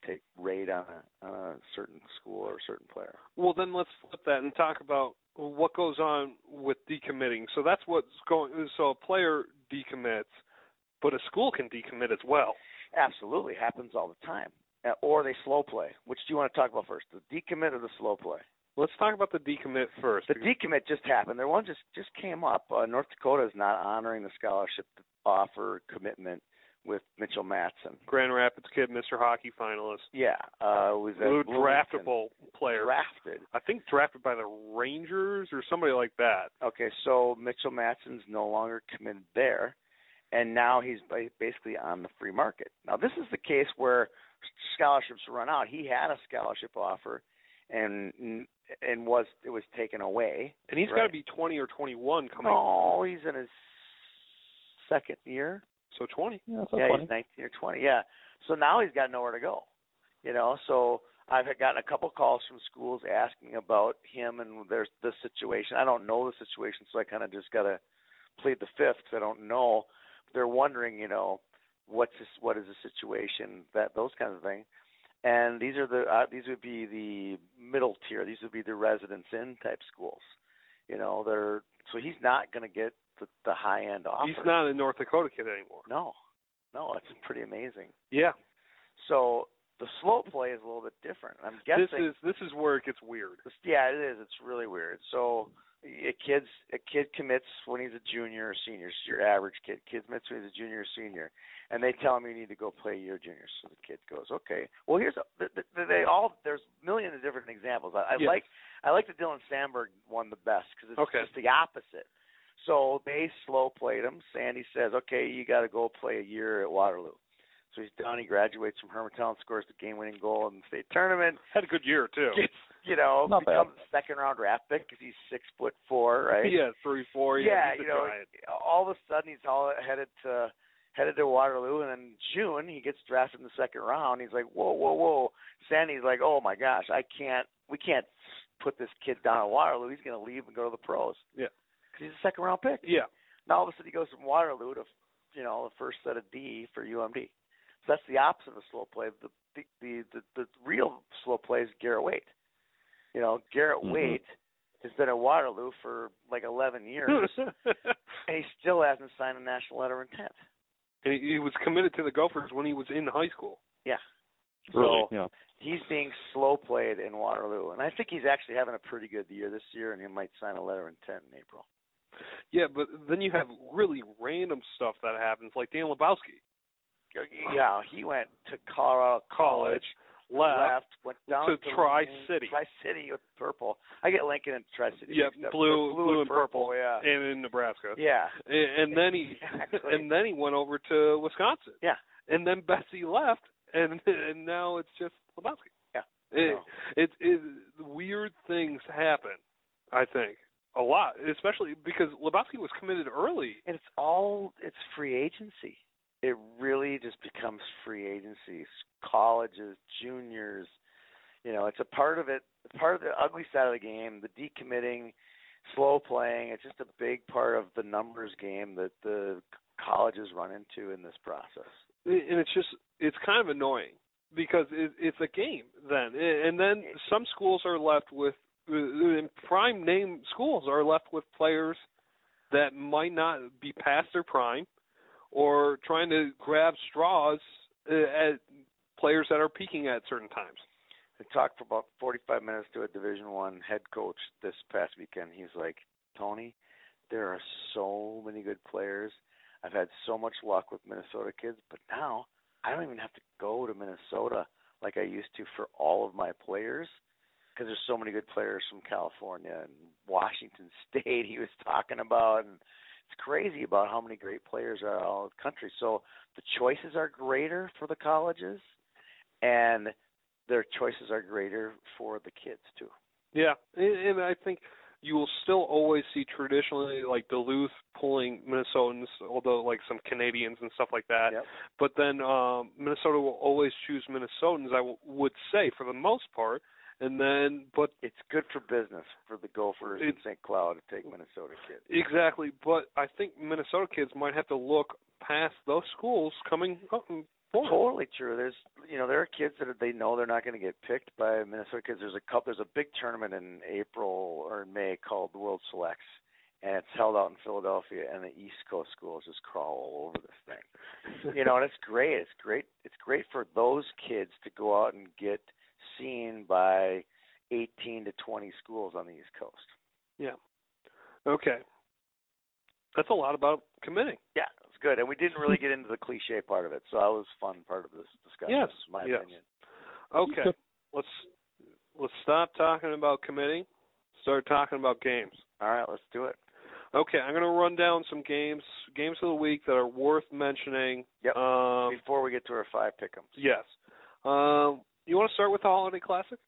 Speaker 3: take raid on a, on a certain school or a certain player.
Speaker 2: Well, then let's flip that and talk about what goes on with decommitting. So that's what's going. So a player decommits, but a school can decommit as well.
Speaker 3: Absolutely happens all the time. Uh, Or they slow play. Which do you want to talk about first, the decommit or the slow play?
Speaker 2: Let's talk about the decommit first.
Speaker 3: The
Speaker 2: because-
Speaker 3: decommit just happened. Their one just just came up. Uh, North Dakota is not honoring the scholarship offer commitment with Mitchell Matson.
Speaker 2: Grand Rapids kid, Mr. Hockey finalist,
Speaker 3: Yeah, uh, was that
Speaker 2: Little
Speaker 3: Bloomington.
Speaker 2: draftable player.
Speaker 3: Drafted.
Speaker 2: I think drafted by the Rangers or somebody like that.
Speaker 3: Okay, so Mitchell Matson's no longer committed there, and now he's ba- basically on the free market. Now this is the case where scholarships run out. He had a scholarship offer, and and was it was taken away.
Speaker 2: And he's
Speaker 3: Right.
Speaker 2: got to be 20 or 21 coming.
Speaker 3: Oh, he's in his second year.
Speaker 2: So 20.
Speaker 4: Yeah, that's
Speaker 3: yeah,
Speaker 4: funny.
Speaker 3: he's 19 or 20. Yeah. So now he's got nowhere to go. You know, so I've had gotten a couple calls from schools asking about him and there's the situation. I don't know the situation, so I kind of just got to plead the fifth 'cause I don't know. They're wondering, you know, what's this, what is the situation, that those kinds of things. And these are the uh, these would be the middle tier. These would be the residence in type schools. You know, they're so he's not going to get the, the high end offer.
Speaker 2: He's not a North Dakota kid anymore.
Speaker 3: No, no, it's pretty amazing.
Speaker 2: Yeah.
Speaker 3: So the slow play is a little bit different. I'm guessing.
Speaker 2: This is this is where it gets weird.
Speaker 3: this- yeah, it is. It's really weird. So a kid's a kid commits when he's a junior or senior. So your average kid kid commits when he's a junior or sunior, and they tell him you need to go play your junior. So the kid goes, okay. Well, here's a, th- th- they all there's millions of different examples. I, I
Speaker 2: Yes.
Speaker 3: like I like the Dylan Sandberg one the best because it's
Speaker 2: Okay.
Speaker 3: just the opposite. So they slow played him. Sandy says, okay, you got to go play a year at Waterloo. So he's done. He graduates from Hermantown, scores the game-winning goal in the state tournament
Speaker 2: Had a good year too.
Speaker 3: gets you know
Speaker 4: Not bad.
Speaker 3: becomes a second round draft pick because he's six foot four, right?
Speaker 2: Yeah, three, four. Yeah,
Speaker 3: Yeah,
Speaker 2: he's a
Speaker 3: you know,
Speaker 2: giant.
Speaker 3: All of a sudden he's all headed to headed to Waterloo, and in June he gets drafted in the second round. He's like, whoa, whoa, whoa! Sandy's like, oh my gosh, I can't, we can't put this kid down at Waterloo. He's going to leave and go to the pros.
Speaker 2: Yeah.
Speaker 3: because he's a second round pick.
Speaker 2: Yeah.
Speaker 3: Now all of a sudden he goes from Waterloo to you know the first set of D for UMD. So that's the opposite of a slow play. The the the, the, the real slow play is Garrett Waite. You know Garrett
Speaker 4: Mhm.
Speaker 3: Waite has been at Waterloo for like 11 years, and he still hasn't signed a national letter of intent.
Speaker 2: and he, he was committed to the Gophers when he was in high school.
Speaker 4: Really?
Speaker 3: So
Speaker 4: Yeah.
Speaker 3: he's being slow played in Waterloo, and I think he's actually having a pretty good year this year, and he might sign a letter of intent in April.
Speaker 2: Yeah, but then you have really random stuff that happens, like Dan Lebowski
Speaker 3: Yeah, he went to Colorado College.
Speaker 2: left.
Speaker 3: left, went down
Speaker 2: to Tri-City.
Speaker 3: Tri City with purple. I get Lincoln and Tri City.
Speaker 2: Yeah,
Speaker 3: mixed up.
Speaker 2: blue-
Speaker 3: They're
Speaker 2: blue
Speaker 3: and
Speaker 2: and
Speaker 3: purple. Yeah,
Speaker 2: and in Nebraska.
Speaker 3: yeah,
Speaker 2: And, and then he
Speaker 3: Exactly.
Speaker 2: and then he went over to Wisconsin.
Speaker 3: yeah.
Speaker 2: and then Bessie left, and and now it's just Lebowski.
Speaker 3: Yeah.
Speaker 2: It,
Speaker 3: No.
Speaker 2: it, it weird things happen. I think a lot, especially because Lebowski was committed early.
Speaker 3: And it's all it's free agency. It really just becomes free agency. Colleges, juniors, you know, it's a part of it. Part of the ugly side of the game, the decommitting, slow playing. It's just a big part of the numbers game that the colleges run into in this process.
Speaker 2: and it's just it's kind of annoying because it, it's a game then and then some schools are left with and prime name schools are left with players that might not be past their prime or trying to grab straws uh, at players that are peaking at certain times
Speaker 3: I talked for about 45 minutes to a Division One head coach this past weekend. He's like, Tony, there are so many good players. I've had so much luck with Minnesota kids, but now I don't even have to go to Minnesota like I used to for all of my players because there's so many good players from California and Washington State. He was talking about and it's crazy about how many great players are all over the country. So the choices are greater for the colleges and their choices are greater for the kids too.
Speaker 2: Yeah, and, and I think you will still always see traditionally like Duluth pulling Minnesotans, although like some Canadians and stuff like that.
Speaker 3: Yep.
Speaker 2: But then um, Minnesota will always choose Minnesotans, I w- would say for the most part. And then, but
Speaker 3: It's good for business for the Gophers and
Speaker 2: It-
Speaker 3: St. Cloud to take Minnesota kids.
Speaker 2: exactly, but I think Minnesota kids might have to look past those schools coming up and forward.
Speaker 3: Totally true. There's you know there are kids that they know they're not going to get picked by Minnesota kids. There's a cup. There's a big tournament in April or in May called the World Selects, and it's held out in Philadelphia. And the East Coast schools just crawl all over this thing. you know, and it's great. It's great. It's great for those kids to go out and get seen by 18 to 20 schools on the East Coast.
Speaker 2: Yeah. Okay. That's a lot about committing.
Speaker 3: Yeah, it was good, and we didn't really get into the cliche part of it, so that was a fun part of this discussion.
Speaker 2: Yes,
Speaker 3: in my
Speaker 2: yes.
Speaker 3: opinion.
Speaker 2: Okay.
Speaker 4: Yep.
Speaker 2: Let's let's stop talking about committing. Start talking about games.
Speaker 3: All right, let's do it.
Speaker 2: Okay, I'm going to run down some games games of the week that are worth mentioning.
Speaker 3: Yep.
Speaker 2: Um,
Speaker 3: Before we get to our five pickems.
Speaker 2: yes. Um, you want to start with the holiday classic?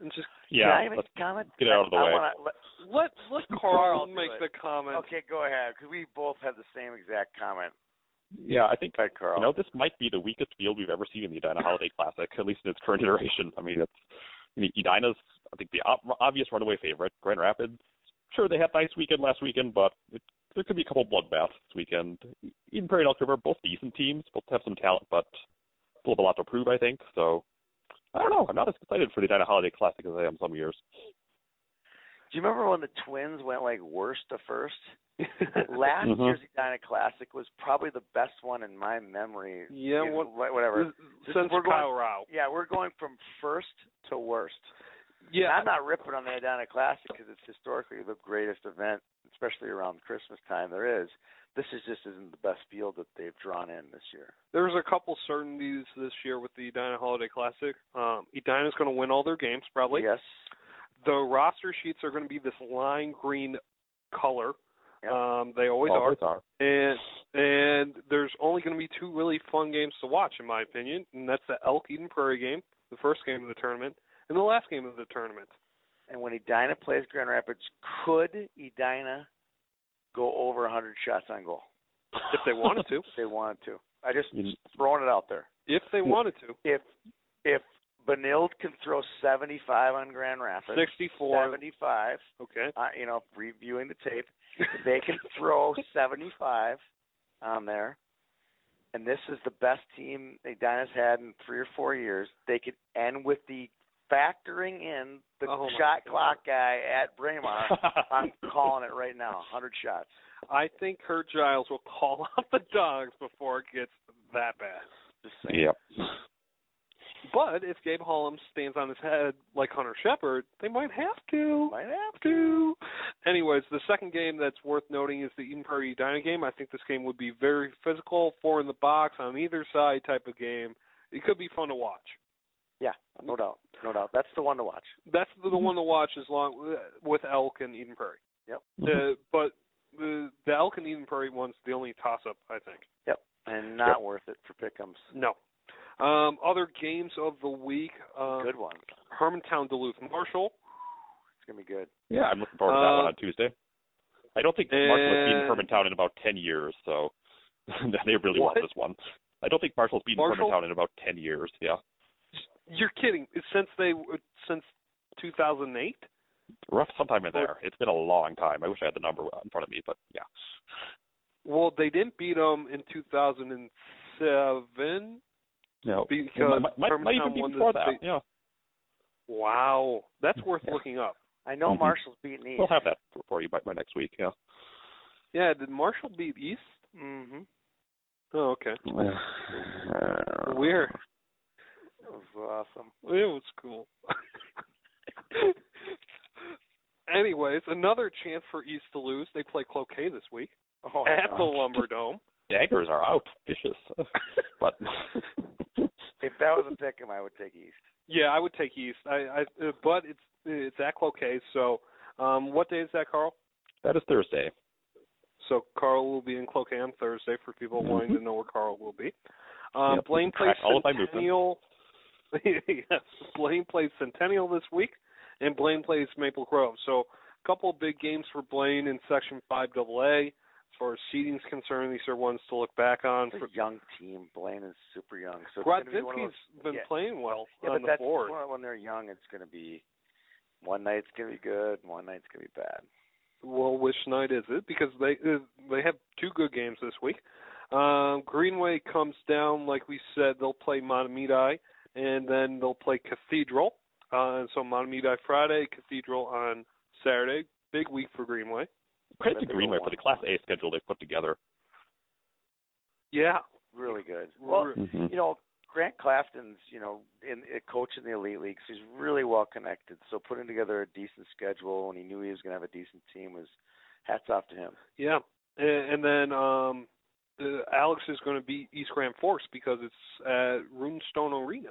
Speaker 2: And just
Speaker 4: Yeah,
Speaker 3: Can I even
Speaker 4: let's
Speaker 3: comment?
Speaker 4: get it out of the
Speaker 3: I
Speaker 4: way.
Speaker 3: Wanna, let,
Speaker 2: let let
Speaker 3: Carl
Speaker 2: Carl
Speaker 3: do
Speaker 2: make
Speaker 3: it.
Speaker 2: the comment.
Speaker 3: okay, go ahead, because we both had the same exact comment.
Speaker 4: yeah, I think
Speaker 3: Go ahead, Carl.
Speaker 4: you know this might be the weakest field we've ever seen in the Edina Holiday Classic, at least in its current iteration. I mean, it's I mean, Edina's I think the ob- obvious runaway favorite, Grand Rapids. Sure, they had a nice weekend last weekend, but it, there could be a couple bloodbaths this weekend. Eden Prairie and Elk River, both decent teams, both have some talent, but still have a lot to prove, I think. So I don't know. I'm not as excited for the Edina Holiday Classic as I am some years.
Speaker 3: Do you remember when the Twins went like worst to first? Last
Speaker 4: Mhm.
Speaker 3: year's Edina Classic was probably the best one in my memory.
Speaker 2: Yeah,
Speaker 3: You know,
Speaker 2: what-
Speaker 3: wha- whatever. This-
Speaker 2: Since
Speaker 3: we're going-
Speaker 2: Kyle Rao.
Speaker 3: Yeah, we're going from first to worst.
Speaker 2: Yeah.
Speaker 3: And I'm not ripping on the Adana Classic because it's historically the greatest event, especially around Christmas time there is. This is just isn't the best field that they've drawn in this year.
Speaker 2: There's a couple certainties this year with the Edina Holiday Classic. Um, Edina's going to win all their games probably.
Speaker 3: Yes.
Speaker 2: The roster sheets are going to be this lime green color.
Speaker 3: Yeah.
Speaker 2: Um, they always are.
Speaker 4: Always are.
Speaker 2: and and there's only going to be two really fun games to watch, in my opinion, and that's the Elk Eden Prairie game, the first game of the tournament, and the last game of the tournament.
Speaker 3: And when Edina plays Grand Rapids, could Edina go over 100 shots on goal
Speaker 2: If they wanted to,
Speaker 3: if they wanted to? I just
Speaker 4: You-
Speaker 3: throwing it out there.
Speaker 2: if they wanted to,
Speaker 3: If if Benilde can throw 75 on Grand Rapids,
Speaker 2: 64.
Speaker 3: 75,
Speaker 2: Okay.
Speaker 3: uh, you know, reviewing the tape, they can throw 75 on there, and this is the best team Edina's had in three or four years. They could end with the factoring in the
Speaker 2: Oh, my
Speaker 3: shot
Speaker 2: God.
Speaker 3: clock guy at Braemar. I'm calling it right now. 100 shots.
Speaker 2: I think Kurt Giles will call out the dogs before it gets that bad.
Speaker 3: Just saying.
Speaker 4: Yep.
Speaker 2: But if Gabe Hollum stands on his head like Hunter Shepard, they might have to.
Speaker 3: Might have to.
Speaker 2: do. Anyways, the second game that's worth noting is the Eden Prairie Edina game. I think this game would be very physical, four in the box on either side type of game. It could be fun to watch.
Speaker 3: Yeah, no doubt, no doubt. That's the one to watch.
Speaker 2: That's the, the one to watch as long with Elk and Eden Prairie.
Speaker 3: Mm-hmm. Yep.
Speaker 2: Uh, but the the Elk and Eden Prairie one's the only toss up, I think.
Speaker 3: Yep. and not worth it for pickums.
Speaker 2: No. Um, other games of the week. Uh,
Speaker 3: Good one. It's
Speaker 2: Hermantown Duluth Marshall.
Speaker 3: gonna be good.
Speaker 4: Yeah, I'm looking forward to that one
Speaker 2: Uh,
Speaker 4: on Tuesday. I don't think Marshall has beaten
Speaker 2: and-
Speaker 4: Hermantown in about ten years, so they really
Speaker 2: What?
Speaker 4: want this one. I don't think Marshall's beaten
Speaker 2: Marshall?
Speaker 4: Hermantown in about ten years. Yeah,
Speaker 2: You're kidding. Since they since 2008.
Speaker 4: rough sometime in there. It's been a long time. I wish I had the number in front of me, but yeah.
Speaker 2: Well, they didn't beat them in 2007.
Speaker 4: No,
Speaker 2: Because
Speaker 4: might, might, might even
Speaker 2: Hermantown
Speaker 4: be
Speaker 2: won the
Speaker 4: before that.
Speaker 2: state-
Speaker 4: Yeah,
Speaker 2: Wow, that's worth
Speaker 4: Yeah.
Speaker 2: looking up.
Speaker 3: I know
Speaker 4: Mhm.
Speaker 3: Marshall's beating East.
Speaker 4: we'll have that for- for you by, by next week. Yeah.
Speaker 2: Yeah, did Marshall beat East?
Speaker 3: hmm
Speaker 2: Oh, okay. Weird.
Speaker 4: Weird.
Speaker 3: That was awesome.
Speaker 2: It was cool. Anyways, another chance for East to lose. They play Cloquet this week
Speaker 3: Oh,
Speaker 2: at the
Speaker 4: wow.
Speaker 2: Lumberdome.
Speaker 4: Daggers are out. Vicious. but
Speaker 3: if that was a pick'em, I would take East.
Speaker 2: Yeah, I would take East. I, I uh, but it's it's at Cloquet. So, um, what day is that, Carl?
Speaker 4: that is Thursday.
Speaker 2: So Carl will be in Cloquet on Thursday for people
Speaker 3: Mm-hmm.
Speaker 4: Mhm.
Speaker 2: wanting to know where Carl will be. Um,
Speaker 4: Yep,
Speaker 2: Blaine
Speaker 4: we can
Speaker 2: plays
Speaker 4: track all of my movement.
Speaker 2: Centennial. yes, Blaine plays Centennial this week, and Blaine plays Maple Grove. So a couple of big games for Blaine in Section Five AA. As far as seeding's concerned, these are ones to look back on.
Speaker 3: It's a young team. Blaine is super young, so it's gonna be one of
Speaker 2: Grodzinski's
Speaker 3: those-
Speaker 2: been
Speaker 3: yeah.
Speaker 2: playing well
Speaker 3: Yeah,
Speaker 2: on
Speaker 3: but
Speaker 2: the
Speaker 3: that's
Speaker 2: board.
Speaker 3: one- when they're young. It's gonna be one night's gonna be good, and one night's gonna be bad.
Speaker 2: Well, which night is it? Because they uh, they have two good games this week. Um, Greenway comes down, like we said, they'll play Montemedi, and then they'll play Cathedral. Uh, and so Montemedi Friday, Cathedral on Saturday. Big week for Greenway.
Speaker 4: Credit to
Speaker 3: That's a good
Speaker 4: Greenway for
Speaker 3: one.
Speaker 4: the Class A schedule they put together.
Speaker 2: Yeah.
Speaker 3: Really good. Well,
Speaker 2: Re-
Speaker 3: you know, Grant Clafton's, you know, in a coach in the elite leagues. He's really well connected. So putting together a decent schedule when he knew he was going to have a decent team was hats off to him.
Speaker 2: yeah. And, and then um, uh, Alex is going to beat East Grand Force because it's at Runestone Arena.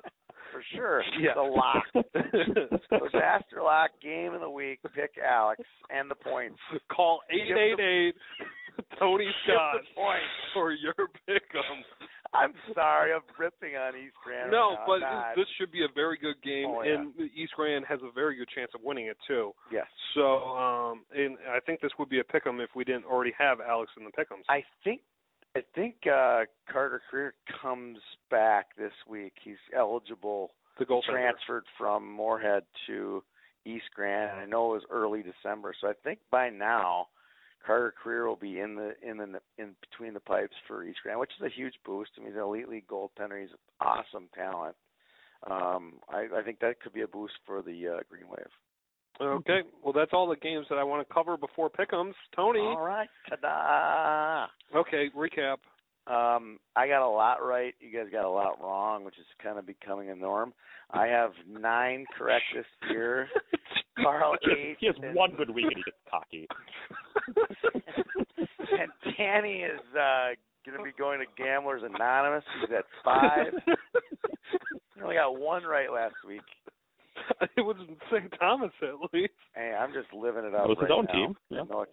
Speaker 3: For sure.
Speaker 2: Yeah.
Speaker 3: The lock. Disaster lock game of the week. Pick Alex and the points.
Speaker 2: Call eight eight eight Tony
Speaker 3: Give
Speaker 2: Scott
Speaker 3: the points.
Speaker 2: for your pick'em.
Speaker 3: I'm sorry, I'm ripping on East Grand.
Speaker 2: No,
Speaker 3: right now.
Speaker 2: but
Speaker 3: Not-
Speaker 2: this should be a very good game,
Speaker 3: Oh, yeah.
Speaker 2: and East Grand has a very good chance of winning it too.
Speaker 3: yes.
Speaker 2: So, um, and I think this would be a pick'em if we didn't already have Alex in the pick'ems.
Speaker 3: I think I think uh Carter Career comes back this week. He's eligible
Speaker 2: the goaltender.
Speaker 3: transferred from Moorhead to East Grand. and I know it was early December, so I think by now Carter Career will be in the in the in between the pipes for East Grand, which is a huge boost. I mean, he's an elite league goaltender. He's awesome talent. Um, I, I think that could be a boost for the uh, Green Wave.
Speaker 2: Okay, well that's all the games that I want to cover before pick'ems. Tony,
Speaker 3: All right, ta-da!
Speaker 2: okay, recap.
Speaker 3: Um, I got a lot right. You guys got a lot wrong, which is kind of becoming a norm. I have nine correct this year. Carl eight.
Speaker 4: he has
Speaker 3: and-
Speaker 4: one good week and he gets cocky.
Speaker 3: and Danny is uh going to be going to Gamblers Anonymous. He's at five. He only got one right last week.
Speaker 2: it was St. Thomas at least.
Speaker 3: Hey, I'm just living it
Speaker 4: That
Speaker 3: up
Speaker 4: was
Speaker 3: right
Speaker 4: his own
Speaker 3: now.
Speaker 4: team.
Speaker 3: I
Speaker 4: Yeah.
Speaker 3: know, it,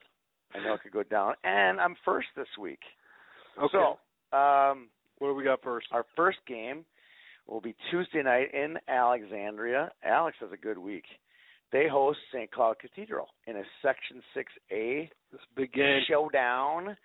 Speaker 3: I know it could go down, and I'm first this week.
Speaker 2: Okay,
Speaker 3: So, um,
Speaker 2: what do we got first?
Speaker 3: our first game will be Tuesday night in Alexandria. Alex has a good week. They host St. Cloud Cathedral in a Section 6A
Speaker 2: This big game.
Speaker 3: showdown.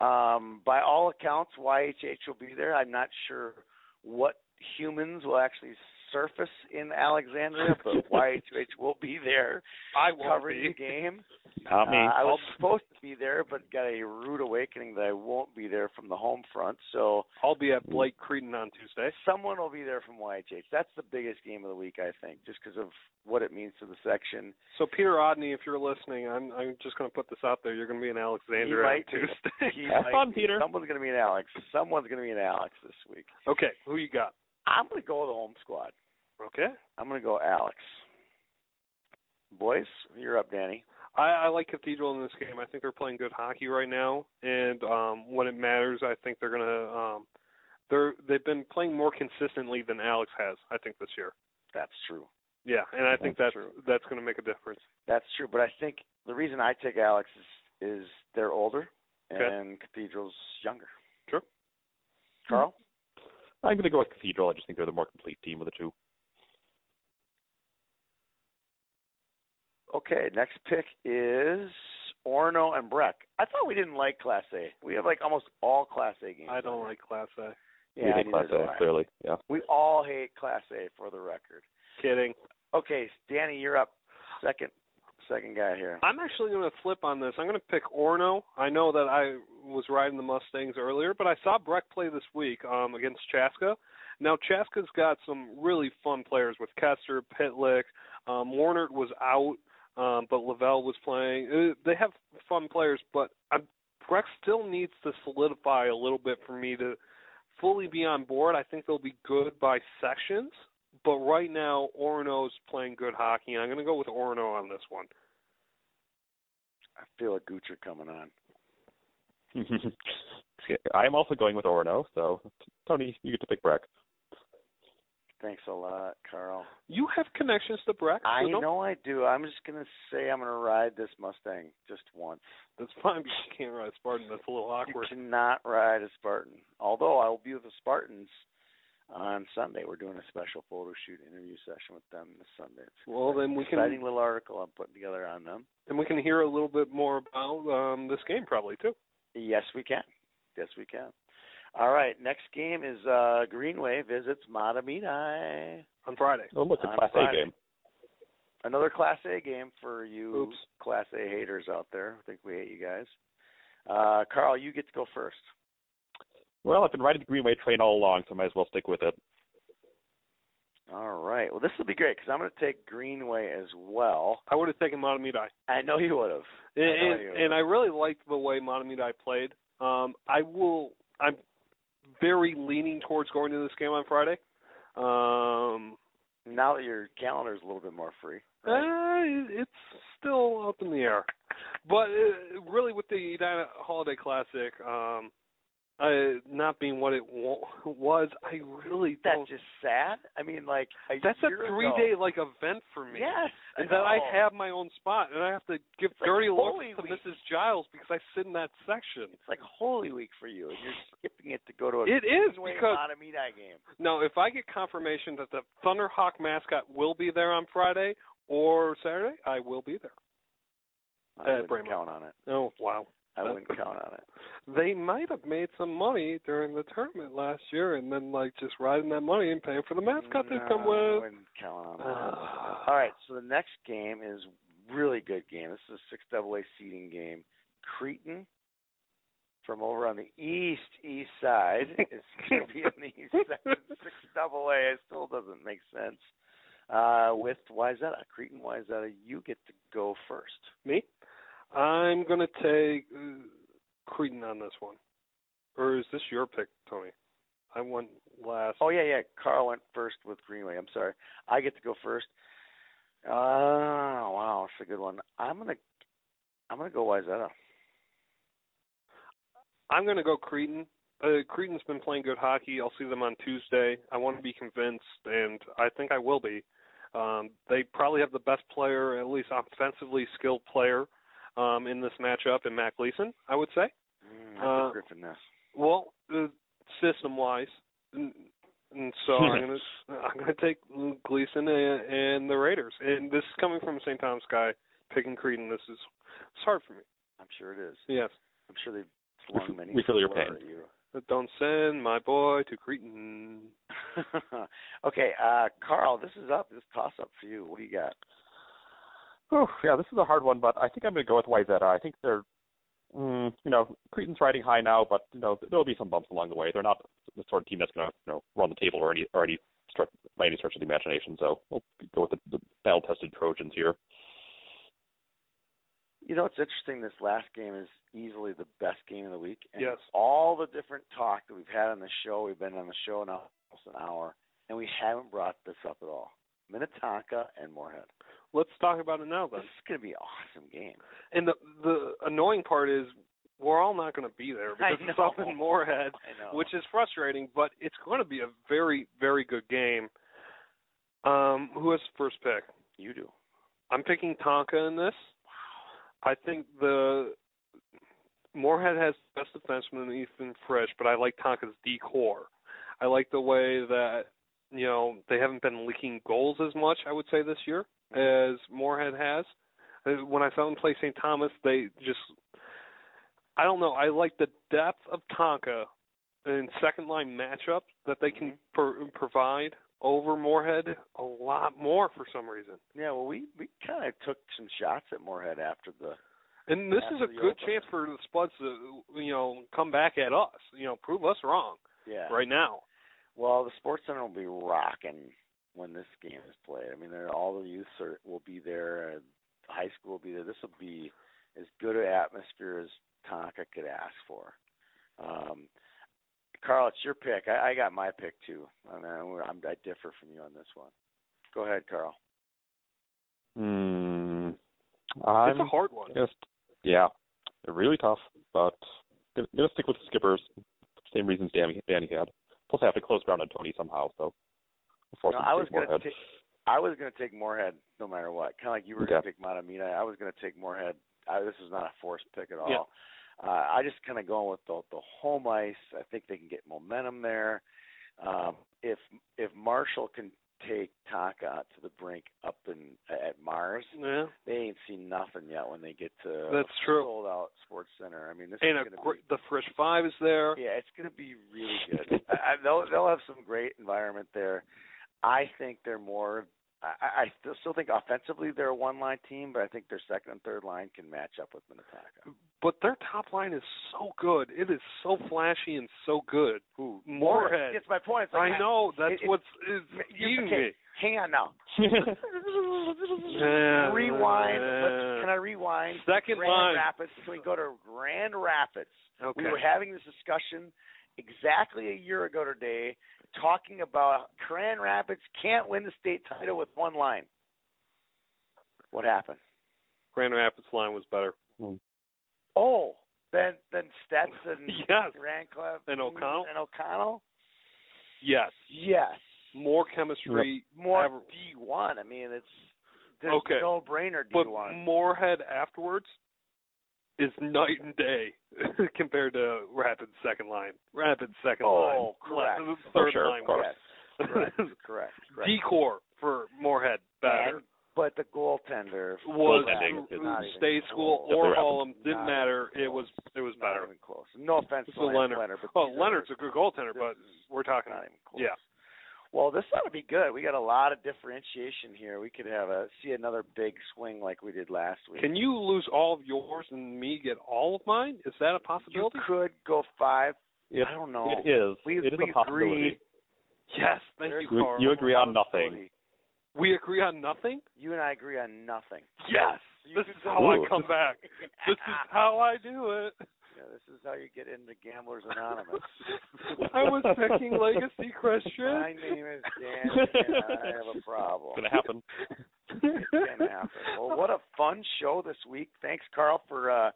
Speaker 3: Um, by all accounts, YHH will be there. I'm not sure what humans will actually surface in Alexandria, but YHH will be there
Speaker 2: I won't
Speaker 3: covering
Speaker 2: be.
Speaker 3: the game.
Speaker 4: Not me.
Speaker 3: Uh, I was supposed to be there, but got a rude awakening that I won't be there from the home front. So
Speaker 2: I'll be at Blake Creedon on Tuesday.
Speaker 3: someone will be there from YHH. That's the biggest game of the week, I think, just because of what it means to the section.
Speaker 2: So Peter Odney, if you're listening, I'm I'm just going to put this out there. You're going to be in Alexandria
Speaker 3: He
Speaker 2: on
Speaker 3: might be.
Speaker 2: Tuesday.
Speaker 3: He
Speaker 4: Have
Speaker 3: might
Speaker 4: fun,
Speaker 3: be-
Speaker 4: Peter.
Speaker 3: Someone's going to be an Alex. Someone's going to be an Alex this week.
Speaker 2: okay, who you got?
Speaker 3: I'm going to go with the home squad.
Speaker 2: Okay,
Speaker 3: I'm going to go Alex. Boys, you're up, Danny.
Speaker 2: I, I like Cathedral in this game. I think they're playing good hockey right now, and um, when it matters, I think they're going to. Um, they're they've been playing more consistently than Alex has. I think this year.
Speaker 3: That's true.
Speaker 2: Yeah, and I think that's
Speaker 3: That's true.
Speaker 2: that's going to make a difference.
Speaker 3: That's true. But I think the reason I take Alex is, is they're older
Speaker 2: Okay.
Speaker 3: and Cathedral's younger.
Speaker 2: Sure.
Speaker 3: Carl?
Speaker 4: I'm going to go with Cathedral. I just think they're the more complete team of the two.
Speaker 3: Okay, next pick is Orno and Breck. I thought we didn't like Class A. We have like almost all Class A games.
Speaker 2: I don't like Class A.
Speaker 4: we
Speaker 3: Yeah,
Speaker 4: hate Class
Speaker 3: neither do
Speaker 4: A,
Speaker 3: I.
Speaker 4: clearly. Yeah.
Speaker 3: We all hate Class A for the record.
Speaker 2: Kidding.
Speaker 3: Okay, Danny, you're up. Second, second guy here.
Speaker 2: I'm actually going to flip on this. I'm going to pick Orno. I know that I was riding the Mustangs earlier, but I saw Breck play this week um, against Chaska. Now Chaska's got some really fun players with Kester, Pitlick. Um, Warnert was out, um, but Lavelle was playing. Uh, they have fun players, but i Breck still needs to solidify a little bit for me to fully be on board. I think they'll be good by sections, but right now Orono's playing good hockey, and I'm going to go with Orono on this one.
Speaker 3: I feel a Gucci coming on.
Speaker 4: I'm also going with Orono, so Tony, you get to pick Breck.
Speaker 3: Thanks a lot, Carl.
Speaker 2: You have connections to Breck. so
Speaker 3: I
Speaker 2: don't-
Speaker 3: know I do. I'm just gonna say I'm gonna ride this Mustang just once.
Speaker 2: That's fine because you can't ride Spartan. That's a little awkward.
Speaker 3: You cannot ride a Spartan. Although I will be with the Spartans on Sunday. We're doing a special photo shoot interview session with them this Sunday. It's
Speaker 2: Well, then we
Speaker 3: an exciting
Speaker 2: can
Speaker 3: little article I'm putting together on them.
Speaker 2: and we can hear a little bit more about um, this game probably too.
Speaker 3: Yes, we can. Yes, we can. All right. Next game is uh, Greenway visits Matamidi.
Speaker 2: on Friday.
Speaker 4: Oh, look, it's
Speaker 3: On
Speaker 4: Class A
Speaker 3: Friday.
Speaker 4: game.
Speaker 3: Another Class A game for you
Speaker 2: Oops.
Speaker 3: Class A haters out there. I think we hate you guys. Uh, Carl, you get to go first.
Speaker 4: Well, I've been riding the Greenway train all along, so I might as well stick with it.
Speaker 3: All right. Well, this will be great because I'm going to take Greenway as well.
Speaker 2: I would have taken Matamidai.
Speaker 3: I know you would have.
Speaker 2: And,
Speaker 3: I know
Speaker 2: and,
Speaker 3: you would.
Speaker 2: and I really liked the way Matamidai played. Um, I will I'm very leaning towards going to this game on Friday. Um
Speaker 3: now that your calendar's a little bit more free. right?
Speaker 2: Uh, it- it's still up in the air, but uh, really with the Edina Holiday Classic, um, uh, not being what it wa- was, I really
Speaker 3: That's
Speaker 2: don't.
Speaker 3: just sad. I mean, like a
Speaker 2: that's a
Speaker 3: year
Speaker 2: three
Speaker 3: ago-
Speaker 2: day like event for me,
Speaker 3: Yes.
Speaker 2: and then I
Speaker 3: know.
Speaker 2: have my own spot, and I have to give
Speaker 3: like
Speaker 2: dirty
Speaker 3: Holy
Speaker 2: looks to
Speaker 3: Week.
Speaker 2: Mrs. Giles because I sit in that section.
Speaker 3: It's like Holy Week for you, and you're skipping it to go to a
Speaker 2: It is
Speaker 3: Greenway
Speaker 2: because
Speaker 3: Matamidi game.
Speaker 2: Now, if I get confirmation that the Thunderhawk mascot will be there on Friday or Saturday, I will be there.
Speaker 3: I
Speaker 2: Uh, Bramo.
Speaker 3: wouldn't count on it.
Speaker 2: Oh wow!
Speaker 3: I
Speaker 2: Uh,
Speaker 3: wouldn't count on it.
Speaker 2: they might have made some money during the tournament last year and then like just riding that money and paying for the mascot
Speaker 3: no,
Speaker 2: they've come
Speaker 3: I
Speaker 2: with.
Speaker 3: wouldn't count on that.
Speaker 2: Ah.
Speaker 3: All right, so the next game is really good game. This is a six double A seeding game. Creighton from over on the east east side is going to be in the east section six double A. It still doesn't make sense. Uh, with Wyzetta, Creighton Wyzetta, you get to go first.
Speaker 2: Me? I'm going to take uh, Creighton on this one. Or is this your pick, Tony? I went last.
Speaker 3: Oh yeah, yeah. Carl went first with Greenway. I'm sorry. I get to go first. Uh wow, that's a good one. I'm gonna I'm gonna go Wyzetta.
Speaker 2: I'm going to go Creighton. Uh, Creighton's been playing good hockey. I'll see them on Tuesday. I want to be convinced, and I think I will be. Um, they probably have the best player, at least offensively skilled player, um, in this matchup in Mac Leeson, I would say.
Speaker 3: Mm, I
Speaker 2: Uh,
Speaker 3: think Griffin this.
Speaker 2: Well, uh, system wise, and, and so I'm gonna I'm gonna take Gleason and, and the Raiders. And this is coming from a St. Thomas guy picking Creedon. This is it's hard for me.
Speaker 3: I'm sure it is.
Speaker 2: Yes,
Speaker 3: I'm sure they've slung many.
Speaker 4: we feel your
Speaker 3: people
Speaker 4: pain.
Speaker 3: at you.
Speaker 2: But don't send my boy to Creedon.
Speaker 3: okay, uh, Carl, this is up. This toss up for you. What do you got?
Speaker 4: Oh, yeah, this is a hard one, but I think I'm going to go with Wyzetta. I think they're, mm, you know, Creighton's riding high now, but you know there'll be some bumps along the way. They're not the sort of team that's going to, you know, run the table or any or any stretch by any stretch of the imagination. So we'll go with the, the battle-tested Trojans here.
Speaker 3: You know, it's interesting. This last game is easily the best game of the week. And
Speaker 2: Yes.
Speaker 3: All the different talk that we've had on the show, we've been on the show now almost an hour, and we haven't brought this up at all. Minnetonka and Moorhead.
Speaker 2: Let's talk about it now
Speaker 3: This
Speaker 2: then.
Speaker 3: is going to be an awesome game.
Speaker 2: And the the annoying part is we're all not going to be there
Speaker 3: I
Speaker 2: because it's
Speaker 3: know.
Speaker 2: up in Moorhead.
Speaker 3: I know.
Speaker 2: which is frustrating, but it's going to be a very, very good game. Um, who has the first pick?
Speaker 3: you do.
Speaker 2: I'm picking Tonka in this. I think the Moorhead has the best defenseman Ethan Frisch, but I like Tonka's decor. I like the way that you know they haven't been leaking goals as much. I would say this year as Moorhead has. Uh, When I saw them play St. Thomas, they just I don't know. I like the depth of Tonka in second line matchup that they can
Speaker 3: Mm-hmm.
Speaker 2: pro- provide over Moorhead a lot more for some reason.
Speaker 3: Yeah, well, we we kind of took some shots at Moorhead after the.
Speaker 2: And this is
Speaker 3: After
Speaker 2: a
Speaker 3: the
Speaker 2: good
Speaker 3: opener.
Speaker 2: chance for the Spuds to, you know, come back at us. You know, prove us wrong
Speaker 3: Yeah.
Speaker 2: right now.
Speaker 3: Well, the Sports Center will be rocking when this game is played. I mean, they're, all the youths are, will be there. And high school will be there. This will be as good an atmosphere as Tonka could ask for. Um, Carl, it's your pick. I, I got my pick too. I mean, I'm, I'm, I differ from you on this one. Go ahead, Carl.
Speaker 4: Hmm.
Speaker 2: it's a hard one.
Speaker 4: Just yeah, they're really tough, but gonna, gonna stick with the skippers. Same reasons Danny Danny had. Plus, I have to close ground on Tony somehow, so.
Speaker 3: No, I was
Speaker 4: going
Speaker 3: gonna take. I was gonna take Moorhead no matter what. Kind of like you were gonna
Speaker 4: Okay.
Speaker 3: pick Matamina. I was gonna take Moorhead. I, this is not a forced pick at all.
Speaker 2: Yeah.
Speaker 3: Uh, I just kind of going with the the home ice. I think they can get momentum there. Um, if if Marshall can take Taka to the brink up in at Mars,
Speaker 2: Yeah.
Speaker 3: they ain't seen nothing yet when they get to
Speaker 2: That's true.
Speaker 3: sold out Sports Center. I mean, this
Speaker 2: And
Speaker 3: is
Speaker 2: a
Speaker 3: gonna
Speaker 2: great,
Speaker 3: be
Speaker 2: the Frisch Five is there.
Speaker 3: yeah, it's going to be really good. I, I, they'll they'll have some great environment there. I think they're more. I- I, I still still think offensively they're a one line team, but I think their second and third line can match up with Minnetonka.
Speaker 2: But their top line is so good. It is so flashy and so good. Ooh, Moorhead.
Speaker 3: It's my point. It's like,
Speaker 2: I know. That's
Speaker 3: it- it-
Speaker 2: what's is
Speaker 3: you're-
Speaker 2: eating
Speaker 3: okay,
Speaker 2: me.
Speaker 3: Hang on now.
Speaker 2: Yeah.
Speaker 3: rewind. Let's, can I rewind?
Speaker 2: Second
Speaker 3: Grand
Speaker 2: line.
Speaker 3: Rapids. Can we go to Grand Rapids?
Speaker 2: Okay.
Speaker 3: We were having this discussion exactly a year ago today, talking about Grand Rapids can't win the state title with one line. What happened?
Speaker 2: Grand Rapids line was better.
Speaker 3: Oh, then then Stetson,
Speaker 2: Yes.
Speaker 3: Rancliffe,
Speaker 2: And O'Connell?
Speaker 3: and O'Connell.
Speaker 2: Yes.
Speaker 3: Yes,
Speaker 2: More chemistry.
Speaker 3: more
Speaker 2: Ever-
Speaker 3: D one. I mean, it's there's
Speaker 2: Okay.
Speaker 3: no brainer D
Speaker 2: But
Speaker 3: one.
Speaker 2: Moorhead afterwards is night and day compared to Rapids second line. Rapids second
Speaker 3: Oh,
Speaker 2: line.
Speaker 3: correct.
Speaker 2: Third
Speaker 4: For sure,
Speaker 2: line
Speaker 4: of course.
Speaker 3: Yes, correct, correct, correct.
Speaker 2: Decor for Moorhead better.
Speaker 3: And- but the goaltender
Speaker 2: was
Speaker 4: Goaltending is
Speaker 3: not even
Speaker 2: state school
Speaker 3: close.
Speaker 2: or
Speaker 4: Definitely
Speaker 2: Harlem didn't
Speaker 3: Not
Speaker 2: matter.
Speaker 3: even
Speaker 2: It was it was
Speaker 3: It's not
Speaker 2: better.
Speaker 3: even close. No offense
Speaker 2: This is
Speaker 3: to
Speaker 2: Leonard.
Speaker 3: but
Speaker 2: Oh,
Speaker 3: these are-
Speaker 2: Leonard's a good goaltender, but
Speaker 3: this is
Speaker 2: we're talking.
Speaker 3: not even close.
Speaker 2: Yeah.
Speaker 3: Well, this ought to be good. We got a lot of differentiation here. We could have a see another big swing like we did last week.
Speaker 2: Can you lose all of yours and me get all of mine? Is that a
Speaker 3: you
Speaker 2: possibility?
Speaker 3: could go five.
Speaker 4: It,
Speaker 3: I don't know.
Speaker 4: It is.
Speaker 3: We-
Speaker 4: it is
Speaker 3: we
Speaker 4: a possibility.
Speaker 3: agree.
Speaker 2: Yes, thank
Speaker 3: There's
Speaker 2: you,
Speaker 4: You-
Speaker 2: Carl.
Speaker 4: you agree on nothing.
Speaker 2: We agree on nothing.
Speaker 3: You and I agree on nothing.
Speaker 2: Yes,
Speaker 3: You
Speaker 2: this
Speaker 3: can
Speaker 2: is
Speaker 3: go-
Speaker 2: how
Speaker 4: Ooh.
Speaker 2: I come back. This is how I do it.
Speaker 3: Yeah, this is how you get into Gamblers Anonymous.
Speaker 2: I was picking Legacy
Speaker 3: My
Speaker 2: Christian.
Speaker 3: name is Dan, and I have a problem.
Speaker 4: It's gonna happen.
Speaker 3: It's gonna happen. Well, what a fun show this week. Thanks, Carl, for uh,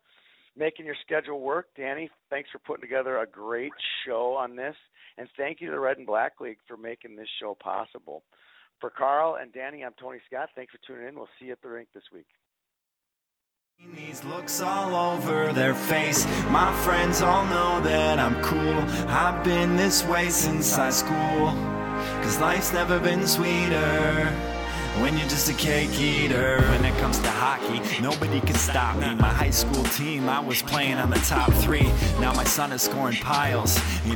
Speaker 3: making your schedule work. Danny, thanks for putting together a great show on this, and thank you to the Red and Black League for making this show possible. For Carl and Danny, I'm Tony Scott. Thanks for tuning in. We'll see you at the rink this week.
Speaker 1: These looks all over their face. My friends all know that I'm cool. I've been this way since high school. Cause life's never been sweeter. When you're just a cake eater. When it comes to hockey, nobody can stop me. My high school team, I was playing on the top three. Now my son is scoring piles. You